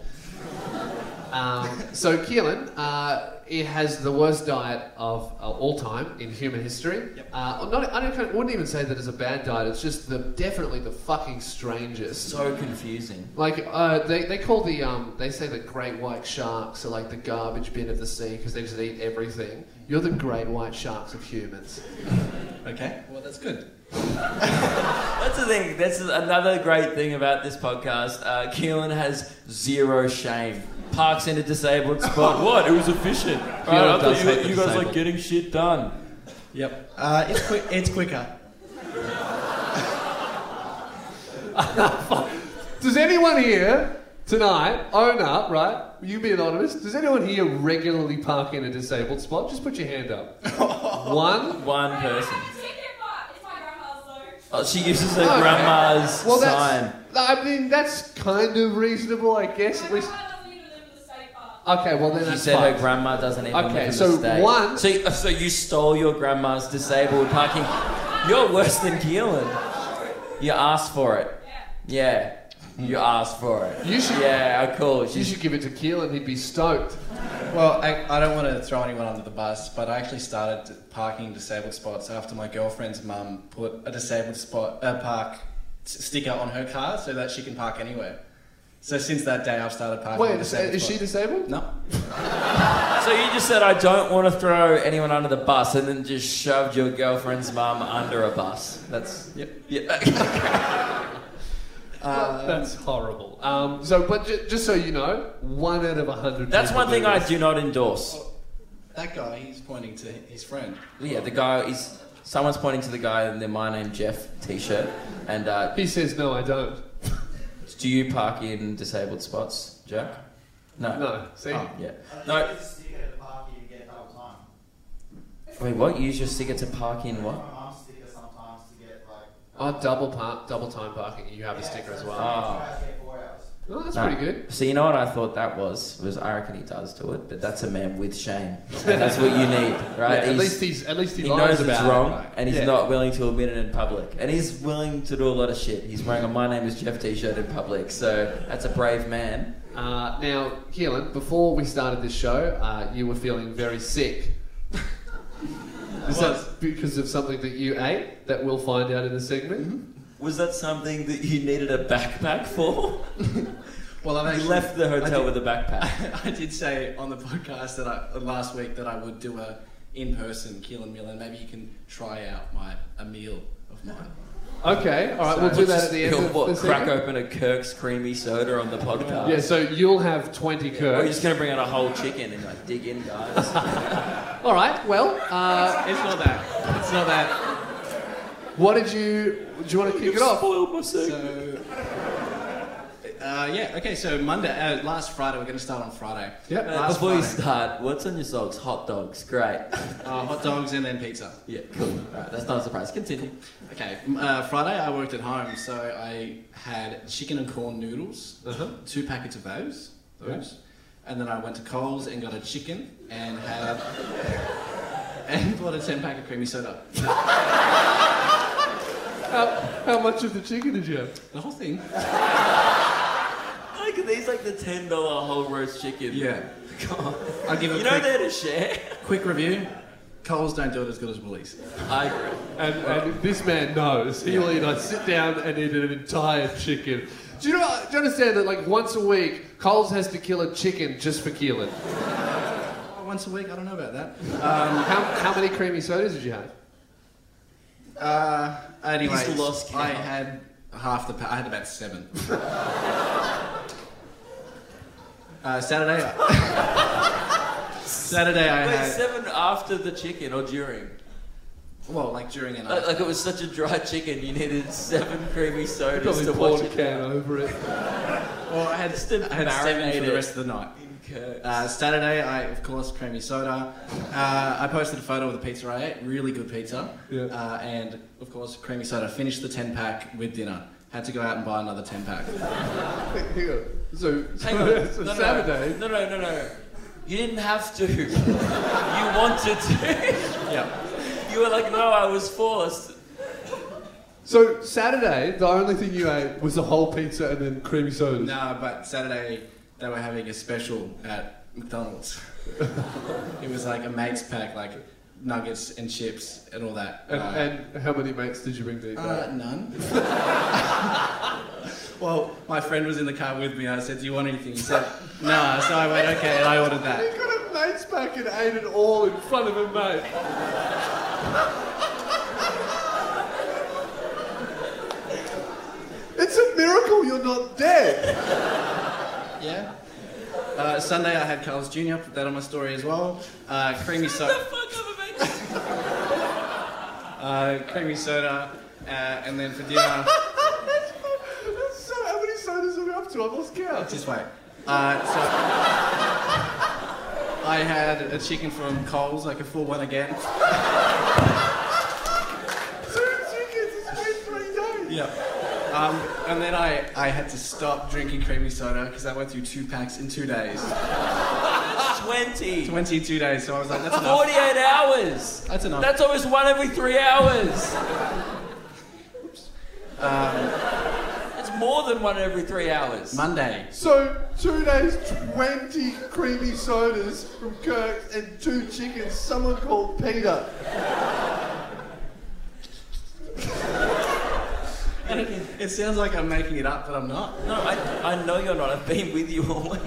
um, so Keelan, uh, it has the worst diet of uh, all time in human history. Uh, not, I don't, wouldn't even say that it's a bad diet. It's just the definitely the fucking strangest.
So confusing.
Like uh, they they call the um they say the great white sharks are like the garbage bin of the sea because they just eat everything. You're the great white sharks of humans.
Okay, well, that's good.
That's the thing. That's another great thing about this podcast. Uh, Keelan has zero shame. Parks in a disabled
[LAUGHS]
spot. what? It was efficient. Right, I
does
thought you,
hate the
you guys like
disabled.
getting shit done.
Yep. Uh, it's quick. It's quicker.
Does anyone here tonight own up, right? You be anonymous. Does anyone here regularly park in a disabled spot? Just put your hand
[LAUGHS]
up. One.
One person.
It's my grandma's though.
Oh, she gives us her
Okay.
grandma's
Well,
sign.
that's. I mean, that's kind of reasonable, I guess. At least.
grandma doesn't even live in the state park.
Okay, well then
She
that's
said her
fine.
grandma doesn't even
Okay,
make a
so
mistake.
one-
So, you- so you stole your grandma's disabled parking. You're worse than Keelan. You asked for it. Yeah. You asked for it.
You should-
Yeah, oh, cool.
You
She's,
should give it to Keelan. He'd be stoked.
Well, I, I don't want to throw anyone under the bus, but I actually started parking disabled spots after my girlfriend's mum put a disabled spot a park s- sticker on her car so that she can park anywhere. So since that day, I've started parking.
Wait,
on
is,
disabled
is she
spots.
disabled?
No.
so you just said, I don't want to throw anyone under the bus, and then just shoved your girlfriend's mum under a bus. That's. Yep. Yeah. [LAUGHS]
That's horrible. Um, so, but j- just so you know, one out of a hundred.
That's
people
one thing
do
I
this.
do not endorse.
That guy, he's pointing to his friend. [LAUGHS]
Yeah, the guy is. Someone's pointing to the guy in the My Name Jeff t shirt, and uh,
He says no, I don't.
Do you park in disabled spots, Jack? No. Oh,
No. See.
Yeah. No. Wait, what? Use your sticker to park in what?
Oh, double park, double time parking. You have a sticker as well.
Oh,
Oh, that's
no.
pretty good.
So you know what I thought that was? Was I reckon he does do it, but that's a man with shame. And that's what you need, right?
Yeah, at
He's-
least he's at least he,
he
lies
knows
about
it's
it,
wrong,
right?
and he's
Yeah.
not willing to admit it in public. And he's willing to do a lot of shit. He's wearing a "My name is Jeff" T-shirt in public, so that's a brave man.
Uh, now, Keelan, before we started this show, uh, you were feeling very
[LAUGHS]
sick. Is that because of something that you ate that we'll find out in the segment?
Mm-hmm. Was that something that you needed a
[LAUGHS]
backpack for?
Well, I've
You
actually
left the
I
hotel
did-
with a
[LAUGHS]
backpack.
I did say on the podcast that I last week that I would do a in-person Keelan Millen. Maybe you can try out my a meal of mine.
Okay, all right,
So
we'll do
it's
that at the end
[LAUGHS] You'll
of
what,
the
crack
segment.
open a Kirk's creamy
[LAUGHS]
soda on the podcast.
Yeah, so you'll have 20
Or
curves.
you're just gonna bring out a whole chicken and like dig
[LAUGHS]
in, guys.
All right, well, uh,
It's not that. It's not that.
what did you... Do you want to kick it off?
Spoiled my soup.
So, uh, yeah, okay, so Monday, uh, last Friday, we're going to start on Friday.
Yep.
Uh,
last
Before you
Friday.
start, what's on your socks? Hot dogs. Great. [LAUGHS]
Uh, hot dogs and then pizza.
Yeah, cool. Right, that's not a surprise. Continue.
Okay, m- uh, Friday I worked at home, so I had chicken and corn noodles,
Uh-huh.
two packets of those, those, and then I went to Coles and got a chicken and had [LAUGHS] and bought a ten pack of creamy soda.
How, how much of the chicken did you have?
The whole thing.
Look at these, like the ten dollar whole roast chicken.
Yeah.
God.
[LAUGHS] I'll give a
You know
quick,
they're to share.
quick review. Coles don't do it as good as Woolies.
I agree.
And, and this man knows. He'll eat. I sit down and eat an entire chicken. Do you know? Do you understand that? Like once a week, Coles has to kill a chicken just for Keelan.
Oh, Once a week, I don't know about that.
How, how many creamy sodas did you have?
Uh, anyway,
He's lost
I
count.
had half the. Pa- I had about
[LAUGHS]
seven. uh, Saturday. Saturday, I
Wait,
had.
seven after the chicken or during?
Well, like during and
Like,
Uh,
after.
like it was
[LAUGHS]
such a dry chicken, you needed seven creamy sodas
Probably
to
poured
watch
[LAUGHS] a
it.
can over it.
Well, I had,
uh,
I had seven for
marinate
the
it.
rest of the night. Uh, Saturday, I of course creamy soda. Uh, I posted a photo of the pizza I ate, really good pizza.
Yeah.
Uh, and of course, creamy soda finished the ten pack with dinner. Had to go out and buy another ten
[LAUGHS]
pack.
Hang on. So, so, [LAUGHS]
Hang on.
so
[LAUGHS] no, no,
Saturday.
No, no, no, no, no. You didn't have to. [LAUGHS] you wanted to.
yeah.
you were like, no, I was forced.
So Saturday, the only thing you ate was the whole pizza and then creamy sodas.
No, but Saturday they were having a special at
[LAUGHS]
McDonald's. it was like a mates pack, like nuggets and chips and all that.
And,
Uh,
and how many mates did you bring to eat
Uh,
that?
none. well, my friend was in the car with me. I said, "Do you want anything?" He said, "No." So I went, "Okay," and I ordered
He
that.
got a mate's pack and ate it all in front of a mate. it's a miracle you're not dead.
Yeah. Uh, Sunday, I had Carl's Jr. Put that on my story as well. Uh, creamy soda. uh, creamy soda, uh, and then for
[LAUGHS]
dinner,
so, how many sodas are we up to? I've lost count.
just wait. Uh, so I had a chicken from Coles, like a full
[LAUGHS]
one again.
Two chickens. It's been three days.
Yeah. Um, and then I, I had to stop drinking creamy soda because I went through two packs in two days.
20.
22 days, so I was like, that's enough.
48 hours.
That's enough.
That's almost one every three hours. That's more than one every three hours.
Um, Monday.
So two days, twenty creamy sodas from Kirk's and two chickens. Someone called Peter.
And it, [LAUGHS] it sounds like I'm making it up, but I'm not.
No, I, I know you're not. I've been with you all week.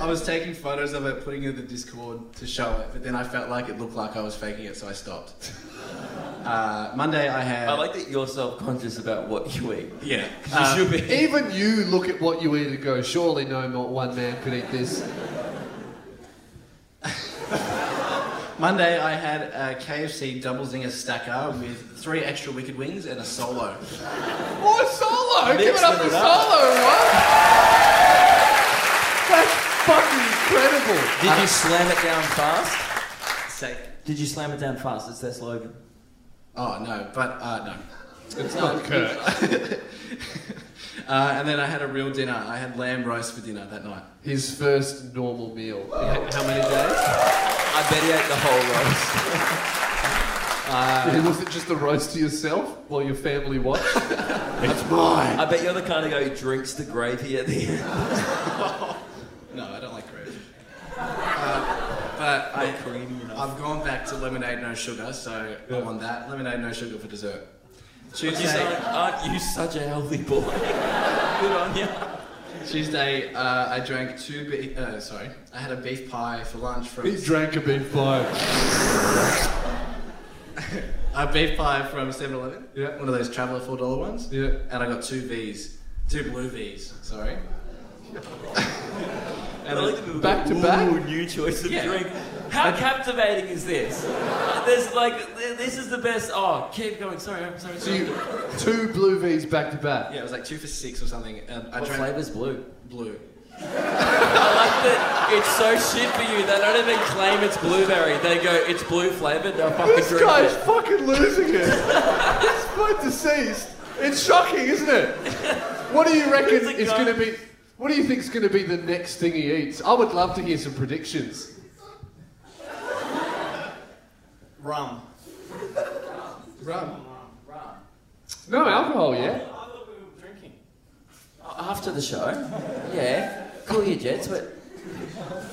I was taking photos of it, putting it in the Discord to show it, but then I felt like it looked like I was faking it, so I stopped. Uh, Monday I had.
I like that you're self-conscious about what you eat.
yeah.
Oh. [LAUGHS] You should be.
Even you look at what you eat and go, surely no, not one man could eat this.
Monday I had a KFC double zinger stacker with three extra wicked wings and a solo.
Or Oh, a solo! Give it up a
Mixing it
solo,
up.
right? That's fucking incredible.
Did you slam it down fast?
Say,
Did you slam it down fast? It's their slogan.
oh no, but uh, no.
It's not Kirk.
[LAUGHS] Uh, and then I had a real dinner. I had lamb roast for dinner that night.
His first normal meal. In How many [LAUGHS] days?
I bet he ate the whole roast.
It was it just the roast to yourself while your family watched?
[LAUGHS]
That's mine.
I bet you're the kind of guy who drinks the gravy at the end.
No, I don't like gravy. Uh, but I, I've gone back to lemonade no sugar, so I want that. Lemonade no sugar for dessert.
You sound
Tuesday,
like, aren't you such a healthy boy? Good on you.
Tuesday uh, I drank two beef, uh, sorry, I had a beef pie for lunch from,
He drank a big pie.
a beef pie from 7-Eleven.
Yeah.
One of those traveller $4 ones.
Yeah.
And I got two Vs, two blue Vs, sorry.
[LAUGHS] I like the people
Back
go,
to back?
"Ooh, new choice of
Yeah.
drink. How captivating is this? There's like, th- this is the best. Oh, keep going. Sorry, I'm sorry.
So
sorry.
you, two blue V's back to back.
Yeah, it was like two for six or something. And I
what
drank
flavour's blue?
blue.
I like that it's so shit for you. They don't even claim it's blueberry. They go, it's blue flavoured. No fucking
This
drink
guy's
it.
fucking losing it. He's quite deceased. It's shocking, isn't it? What do you reckon
It's a
is
guy-
going to be? What do you think's going to be the next thing he eats? I would love to hear some predictions.
Rum.
Rum. No alcohol yet.
After the show, yeah, cool your jets, but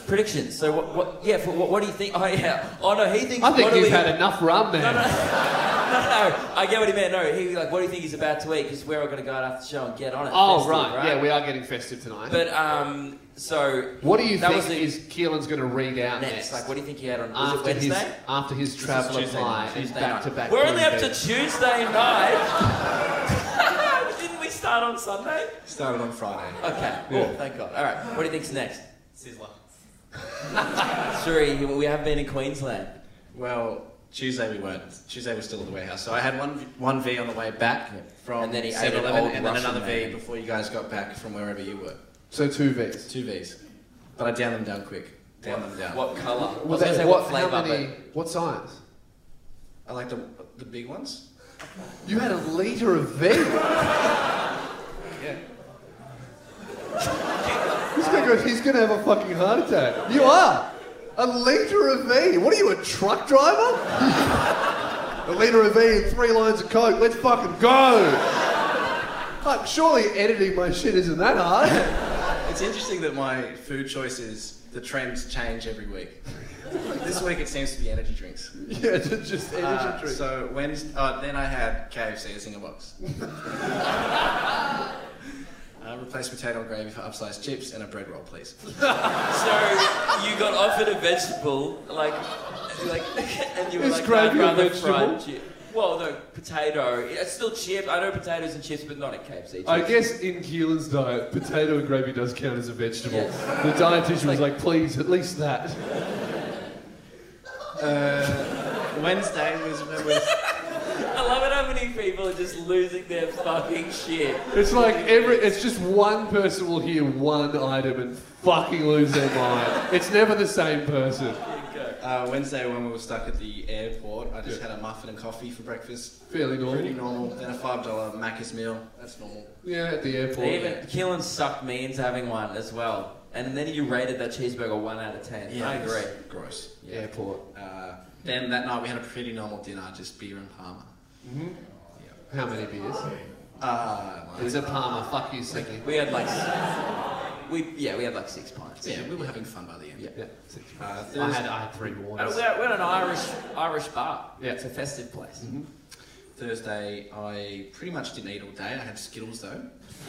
predictions. So what? what yeah, for, what, what do you think? Oh yeah. Oh no, he thinks.
I think
what do
you've
we- [LAUGHS]
had enough rum, man.
No, no, I get what he meant. No, he was like, what do you think he's about to eat? Because we're all going to go out after the show and get on it.
Oh
Festive,
right. yeah, we are getting festive tonight.
But um, so
what do you
that
think
was the-
is Keelan's going to read out
next?
next?
Like, what do you think he had on? Was it
after
Wednesday?
his after his traveller
Tuesday
pie
night.
and
Tuesday
back
night.
to back.
We're only up to Tuesday night. [LAUGHS] Didn't we start on Sunday?
Started on Friday.
Okay. Oh, thank God. All right. What do you think's next? [LAUGHS]
Sizzler.
Sure, we have been in Queensland.
Well, Tuesday we weren't. Tuesday was still at the warehouse. So I had one one V on the way back from
And then he ate an
7-Eleven
old
and then
Russian
another V
man.
before you guys got back from wherever you were.
So two Vs.
Two Vs. But I down them down quick. Down them down.
What colour? I
Well,
was gonna
that-
say
what,
what
how
flavour,
many? What size?
I like the, the big ones.
You had a litre of
[LAUGHS]
V. yeah. He's gonna, go, he's gonna have a fucking heart attack. You are a litre of V. What are you, a truck driver? [LAUGHS] a litre of V and three lines of coke. Let's fucking go. Like, surely editing my shit isn't that hard. [LAUGHS]
It's interesting that my food choices, the trends change every week. [LAUGHS] this week it seems to be energy drinks.
yeah, it's just energy
Uh,
drink.
So Wednesday, uh, then I had KFC as in a box. uh, replace potato and gravy for upsized chips and a bread roll, please.
So you got offered a vegetable, like, like, [LAUGHS] and you were
Is
like,
gravy
"I'd
a
rather
vegetable?"
fried chip. Well, no, potato. It's still chips. I know potatoes and chips, but not at KFC. Chips.
I guess in Keelan's diet, potato and gravy does count as a vegetable.
Yes.
The dietitian was like, please, at least that.
Wednesday was when we
I love it how many people are just losing their fucking shit.
It's like every. It's just one person will hear one item and fucking lose their mind. It's never the same person.
uh, Wednesday when we were stuck at the airport. I just
Yeah.
had a muffin and coffee for breakfast.
Fairly
Pretty
normal.
normal. Then a five dollar Macca's meal. That's normal.
Yeah, at the airport.
They even Keelan sucked me into having one as well, and then you rated that cheeseburger one out of ten. I
it's
agree.
Gross.
Airport.
Uh, then that night we had a pretty normal dinner, just beer and Parma.
How many beers?
Uh, like-
It's a Palmer. Fuck you, Sydney.
We had like, [LAUGHS] s- we yeah, we had like six pints.
yeah, we were having fun by the end.
Yeah.
Yeah.
Uh,
I
Thursday,
had, I had three
Uh,
warnings.
We're, we're at an Irish Irish bar. Mm-hmm.
Yeah.
It's a festive place.
Thursday, I pretty much didn't eat all day. I had Skittles though.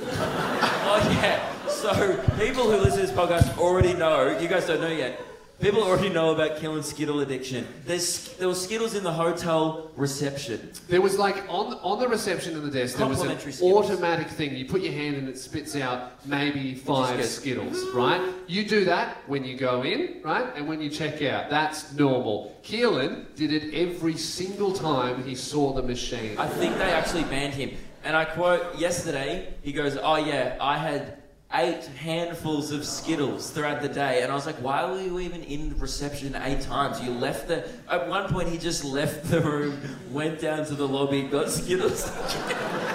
Oh yeah. So people who listen to this podcast already know. You guys don't know yet. People already know about Keelan's Skittle addiction. There's there were Skittles in the hotel reception.
There was like on on the reception and the desk. There was an
Complimentary Skittles.
automatic thing. You put your hand in, it spits out maybe five
goes-
skittles. Right? You do that when you go in, right, and when you check out. That's normal. Keelan did it every single time he saw the machine.
I think they actually banned him. And I quote yesterday, he goes, Oh, yeah, I had eight handfuls of Skittles throughout the day. And I was like, Why were you even in reception eight times? You left the. At one point, he just left the room, went down to the lobby, got Skittles. [LAUGHS]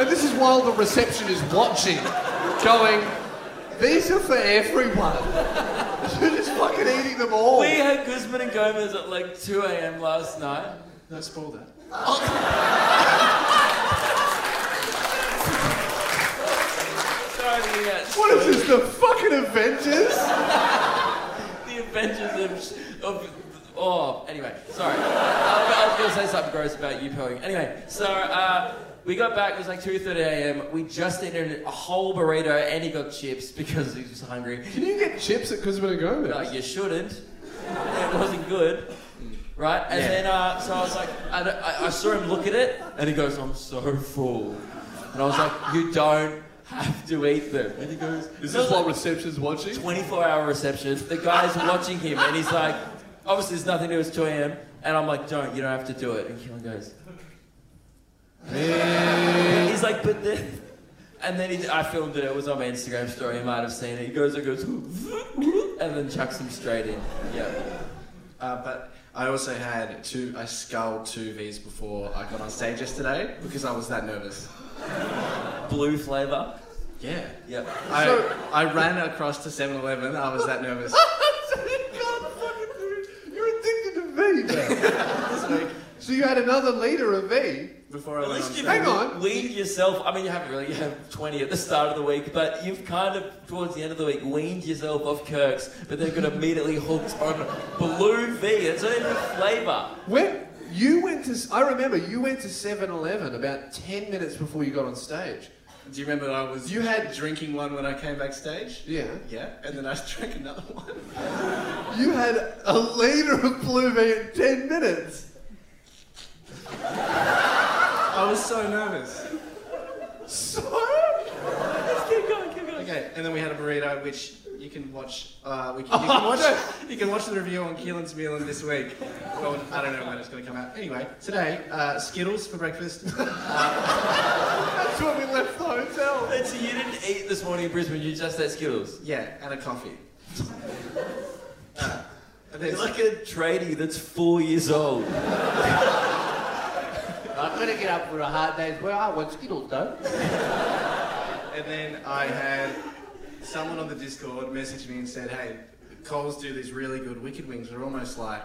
And this is while the reception is watching, going, these are for everyone. [LAUGHS] You're just fucking eating them all.
We had Guzman and Gomez at like 2 a.m. last night.
No, spoil that.
Sorry, we got
What is this, the fucking Avengers?
[LAUGHS] the Avengers of. of oh, anyway, sorry. I, was- I was going to say something gross about you pooing. Anyway, so uh, we got back, it was like 2.30 a.m. We just eaten a whole burrito and he got chips because he was hungry.
Can you get chips at Guzman and Gomez?
Like, you shouldn't. [LAUGHS] It wasn't good. Right? And
Yeah.
then, uh, so I was like, I, don't- I, I saw him look at it and he goes, I'm so full. And I was like, you don't have to eat them. And he goes,
This
"No,
is while reception's watching?
24 hour reception. The guy's watching him and he's like, obviously there's nothing to do, it's 2 a.m. And I'm like, don't, you don't have to do it. And Keelan goes, he's like, but then. [LAUGHS] And then he, I filmed it, it was on my Instagram story, you might have seen it. He goes and goes, [LAUGHS] and then chucks him straight in. Yeah.
Uh, but I also had two. I sculled two V's before I got on stage yesterday because I was that nervous.
Blue flavour.
Yeah.
Yep.
I, I ran across to 7-Eleven. I was that nervous.
So you can't fucking do it. You're addicted to V now. [LAUGHS] so you had another litre of V.
Before I went on stage.
Hang on.
Weaned yourself. I mean, you haven't really. You have 20 at the start of the week, but you've kind of towards the end of the week weaned yourself off Kirk's, but then got immediately hooked on Blue V. It's not even a flavour.
When you went to, I remember you went to 7-Eleven about 10 minutes before you got on stage.
Do you remember I was you had drinking one when I came backstage?
Yeah.
Yeah, and then I [LAUGHS] drank another one.
You had a litre of blue V in 10 minutes.
I was so
[LAUGHS]
nervous.
So?
Keep going, keep going.
Okay, and then we had a burrito, which you can watch. Uh, we
[LAUGHS]
can, you can watch. You can watch the review on Keelan's Meal in this week. Well, I don't know when it's going to come out. Anyway, today uh, Skittles for breakfast.
That's when we left the hotel.
Wait, so you didn't eat this morning in Brisbane, you just had Skittles?
Yeah, and a coffee. Uh, And
You're
then-
like a tradie that's four years old.
I'm going to get up for a hard day's work. I want Skittles, though.
And then I had someone on the Discord message me and said, "Hey, Coles do these really good wicked wings. They're almost like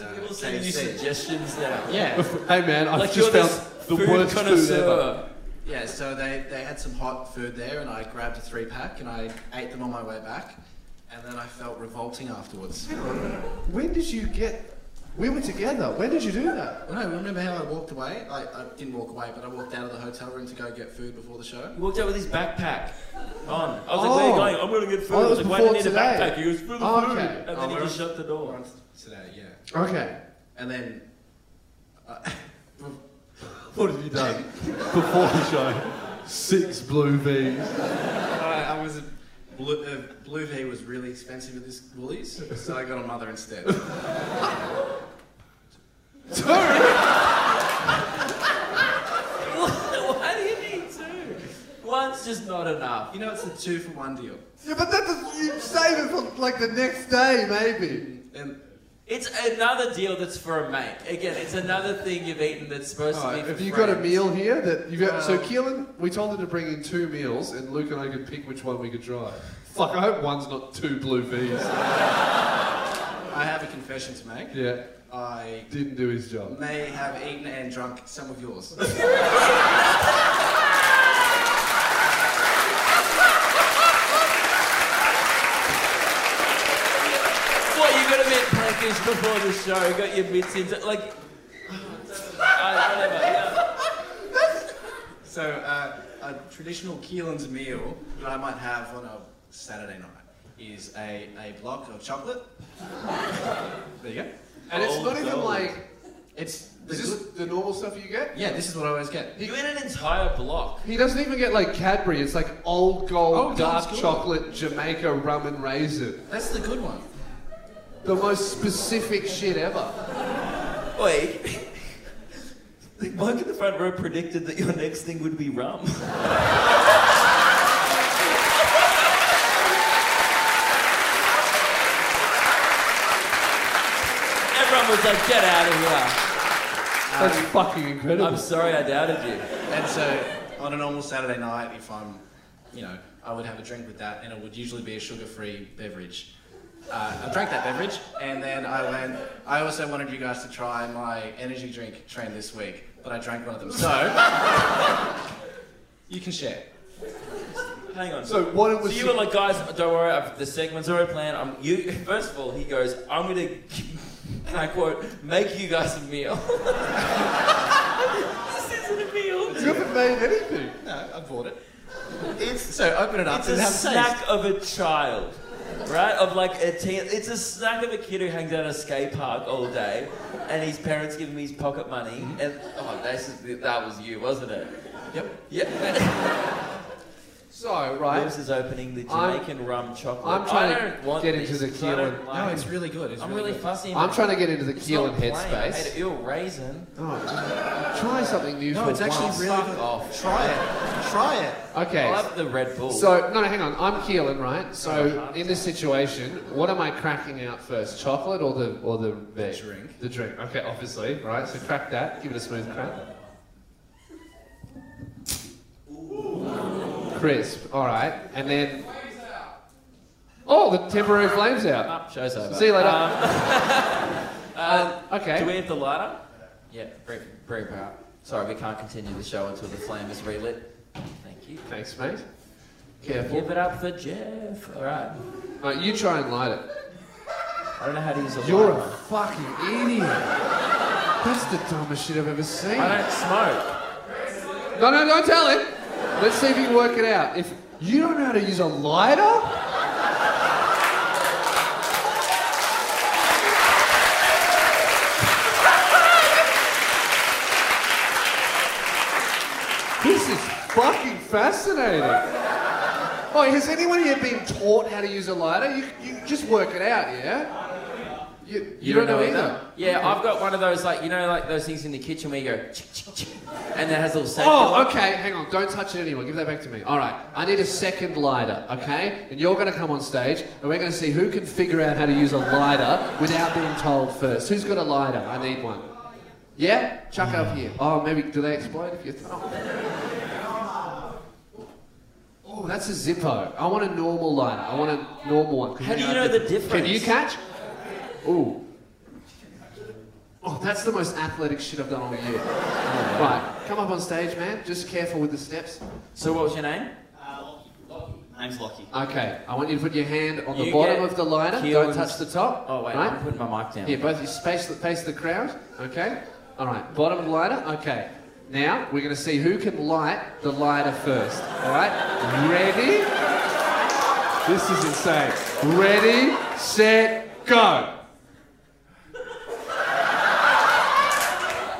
uh,
People sending you
KFC."
suggestions now.
Yeah,
[LAUGHS] Hey, man, I've
Like
just
you're
found
this
the
food
worst food ever.
connoisseur.
yeah. So they they had some hot food there, and I grabbed a three pack and I ate them on my way back. And then I felt
[LAUGHS]
revolting afterwards.
When did you get? We were together. When did you do that?
No, remember how I walked away? I, I didn't walk away, but I walked out of the hotel room to go get food before the show.
He walked out with his backpack on. I was like, where are you
Oh.
going? I'm going to get food.
Oh, that
I was
was
like, why do you need
before
a
today.
backpack? He goes, for the
Oh,
food.
okay.
And then
Oh,
he
we're-
just shut the door.
Once today, yeah.
Okay.
And then uh, [LAUGHS]
What have you done before the show? Six blue V's.
I, I was a blue, uh, blue V was really expensive at this Woolies, so I got a mother instead.
Two.
why do you need two? One's just not enough.
You know, it's a two for one deal.
Yeah, but that does, you save it for like the next day, maybe.
And
It's another deal that's for a mate. Again, it's another thing you've eaten that's supposed to be
Alright,
for
Oh, have you got a
friends.
meal here that you've got? So Keelan, we told her to bring in two meals, and Luke and I could pick which one we could try. Fuck, I hope one's not two blue V's.
I have a confession to make.
Yeah,
I
didn't do his job.
may have eaten and drunk some of yours.
What, you got a bit prankish before the show, you got your bits into, like... I, whatever, yeah.
so, uh, a traditional Keelan's meal that I might have on a Saturday night is a, a block of chocolate. there you go.
And it's not even like.
It's
Is this the normal stuff you get?
yeah. This is what I always get.
You ate an entire block.
He doesn't even get like Cadbury. It's like old gold,
Oh, that's
dark
good.
chocolate, Jamaica rum and raisin.
That's the good one.
The most specific shit ever.
Wait. The bloke in the front row predicted that your next thing would be rum. Everyone was like, get out of here.
That's fucking incredible.
I'm sorry I doubted you.
And so, on a normal Saturday night, if I'm, you know, I would have a drink with that, and it would usually be a sugar-free beverage. Uh, I drank that beverage, and then I went. I also wanted you guys to try my energy drink trend this week, but I drank one of them, so you can share.
Hang on.
so what it
So
was.
you were like, guys, don't worry, I've, the segment's already planned. I'm, you, [LAUGHS] first of all, he goes, I'm going to, [LAUGHS] and I quote, make you guys a
[LAUGHS]
meal. this isn't a meal.
you haven't made anything.
No, I bought it. It's, so open it up
It's
and
a
have
snack of a child, right? Of like a teen. It's a snack of a kid who hangs out at a skate park all day, and his parents give him his pocket money.
Mm-hmm.
And oh, that's just, that was you, wasn't it?
Yep.
Yeah.
So,
Lewis
right.
is opening the
I'm-
Jamaican rum chocolate.
I'm trying
I
to
don't want
get into
these
the
'cause I don't
Keelan-
No,
like
it's
them.
really good. It's
I'm
really,
really
good.
fussy.
I'm trying to get into the
It's not
Keelan
plain. I hate
headspace.
it. Ew, raisin.
Oh, just try something new
No,
for
it's actually
once.
really good.
off.
Try it. Try it.
I
Okay.
love the Red Bull.
So, no, no, hang on. I'm Keelan, right? So, in this situation, what am I cracking out first? Chocolate or the or the veg?
drink.
The drink. Okay, obviously, right? So crack that. Give it a smooth crack. Crisp. All right, and then. Oh, the temporary flames out.
Show's over.
See you later.
[LAUGHS]
Um,
Uh,
okay.
Do we have the lighter? Yeah, very, very power. Sorry, we can't continue the show until the flame is relit. Thank you.
Thanks, mate. Careful.
Give it up for Jeff. All right.
All right, you try and light it.
I don't know how to use a
You're a
lighter.
fucking idiot. That's the dumbest shit I've ever seen.
I don't smoke.
No, no, don't tell him. Let's see if you can work it out. If you don't know how to use a lighter, this is fucking fascinating. Oh, has anyone here been taught how to use a lighter? You, you just work it out, yeah? You, you, don't, know, either.
Yeah, I've got one of those like you know like those things in the kitchen where you go chick, chick, chick, and it has a little safety.
Oh,
lock.
okay. Hang on. Don't touch it anymore. Give that back to me. All right. I need a second lighter, okay? And you're going to come on stage, and we're going to see who can figure out how to use a lighter without being told first. Who's got a lighter? I need one. Yeah? Chuck up here. Oh, maybe do they explode if you? Oh. oh, that's a Zippo. I want a normal lighter. I want a normal one.
How do you know the
Can
difference?
you catch? Ooh. Oh, that's the most athletic shit I've done all year. right, come up on stage, man. Just careful with the steps.
So what was your name?
Name's Lockie.
Okay, I want you to put your hand on the
You
bottom
get
of the liner. Don't
Keelan's-
touch the top.
Oh wait,
right?
I'm putting my mic down.
Here, both you face the, face the crowd. Okay. All right, bottom of the liner. Okay. Now we're going to see who can light the lighter first. All right. Ready? This is insane. Ready, set, go.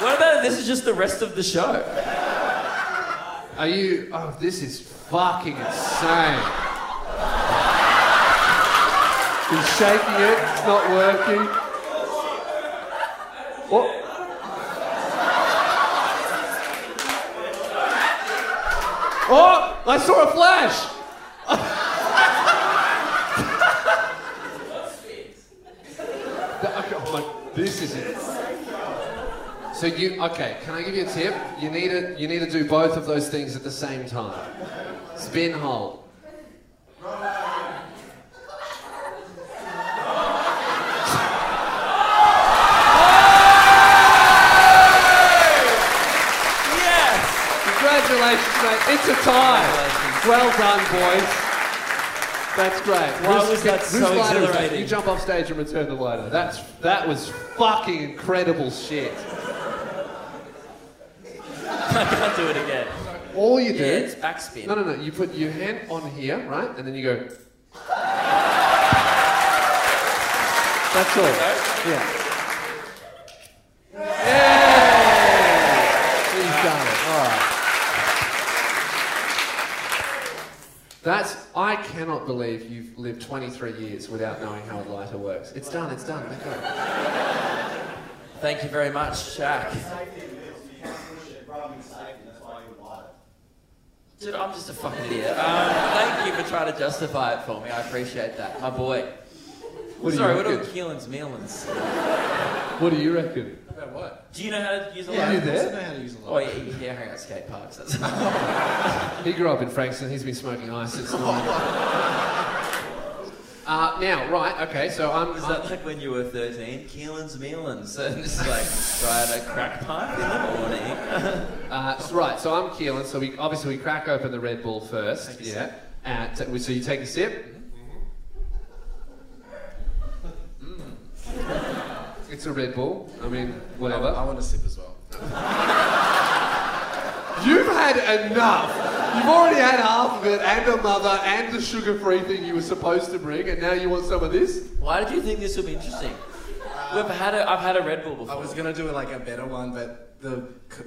What about if this is just the rest of the show? [LAUGHS]
Are you? Oh, this is fucking insane. He's shaking it. It's not working. What? Oh! I saw a flash. That- okay, oh my- this is it. So you okay? Can I give you a tip? You need to you need to do both of those things at the same time. Spin hold.
Yes.
Congratulations, mate. It's a tie. Well done, boys. That's great.
Why
Whose-
was that
whose
so
lighter is that?
exhilarating?
You jump off stage and return the lighter. That's that was fucking incredible shit.
I can't do it again.
All you
Yeah,
do.
it's backspin.
No, no, no. You put your hand on here, right, and then you go. That's all. Yeah. Yeah. He's done it. All right. That's. I cannot believe you've lived 23 years without knowing how a lighter works. It's done. It's done. Let go.
Thank you very much, Shaq. Dude, I'm just a fucking idiot. Um, thank you for trying to justify it for me. I appreciate that, my boy.
What do you
Sorry, what are
reckon?
Keelan's Mealans?
What do you reckon?
About what?
Do you know how to use a
Yeah,
light?
you there?
I don't know how to use a
Oh
lighter.
yeah, you can hang out at skate parks. That's
He grew up in Frankston. He's been smoking ice since
[LAUGHS]
nine. Uh, now, right, okay, so I'm.
Was that like when you were 13? Keelan's Mealans. And it's like, trying a crack pipe in the morning.
Uh, so- right, so I'm Keelan. So we obviously we crack open the Red Bull first.
Take a
yeah. And t- so you take a sip. Mm. It's a Red Bull. I mean, whatever.
I want a sip as well.
You've had enough. You've already had half of it, and a mother, and the sugar-free thing you were supposed to bring, and now you want some of this.
Why did you think this would be interesting? We've had a, I've had a Red Bull
I
before.
was gonna do like a better one, but the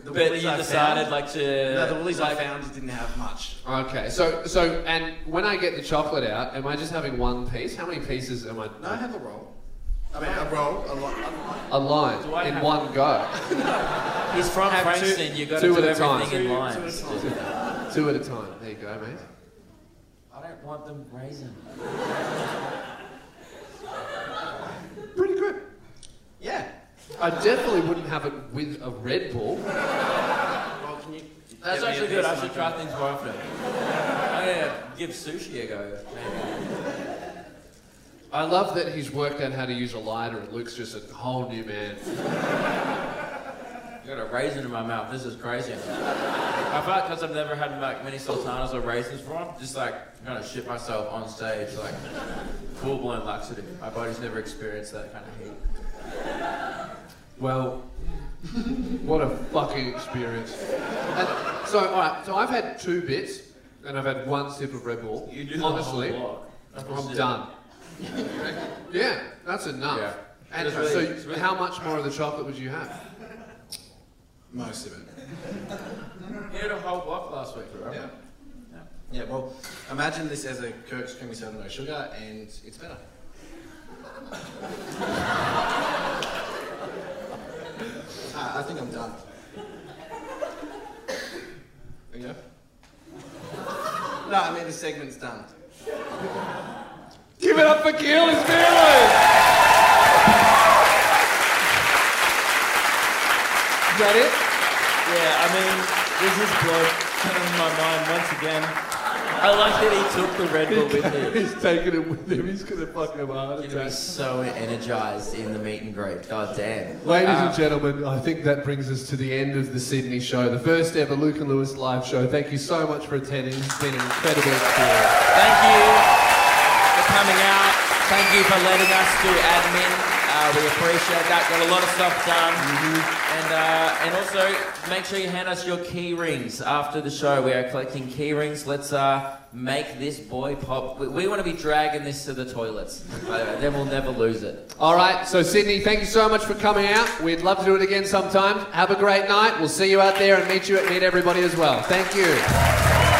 the
but
Woolies
you
I
decided
found,
like to.
no, the Woolies I
like,
found just didn't have much.
Okay, so so and when I get the chocolate out, am I just having one piece? How many pieces am I?
No, I have a roll. I mean, a roll, a lot.
A line
Do I
in
have-
one go,
[LAUGHS] He's from
Have two-
Frankston. You've got to
two
do
at a time.
everything in line.
two at a time. There you go, mate.
I don't want them raisin.
Pretty good.
Yeah.
I definitely wouldn't have it with a Red Bull.
Well, can you?
That's
get me a
actually good.
piece
I
of
should
my-
try things more often. I'm gonna give sushi a go. Maybe.
I love that he's worked out how to use a lighter and Luke's just a whole new man.
I got a raisin in my mouth. This is crazy. I felt because I've never had like many sultanas or raisins before. I'm just like trying to shit myself on stage, like full blown laxative. My body's never experienced that kind of heat.
Well, what a fucking experience. And so, all right, so I've had two bits and I've had one sip of Red Bull.
You do the
Honestly,
whole block. That's
I'm
bullshit.
done. yeah, that's enough.
Yeah.
And
It's really-
so,
it's really-
how much more of the chocolate would you have?
Most of it.
You had a whole block last week, right?
Yeah. Yeah. Well, imagine this [LAUGHS] as a Kirk's creamy soda no sugar, and it's better. Ah, No, I mean the segment's done.
Give it up for Keelan's Feelings! Is that it?
Yeah, I mean, this is bloke
[LAUGHS]
coming in my mind once again. I like that he took the Red Bull with [LAUGHS] him.
He's taking it with him. He's going to fucking have a heart
He's gonna be
attack.
so energized in the meet and greet. God damn.
Ladies
Um,
and gentlemen, I think that brings us to the end of the Sydney show, the first ever Luke and Lewis live show. Thank you so much for attending. It's been an incredible experience.
Thank you for coming out. Thank you for letting us do admin. Uh, we appreciate that. Got a lot of stuff done. And uh, and also make sure you hand us your key rings after the show. We are collecting key rings. Let's uh, make this boy pop. We, we want to be dragging this to the toilets. Uh, then we'll never lose it.
All right, so Sydney, thank you so much for coming out. We'd love to do it again sometime. Have a great night. We'll see you out there and meet you at Meet Everybody as well. Thank you.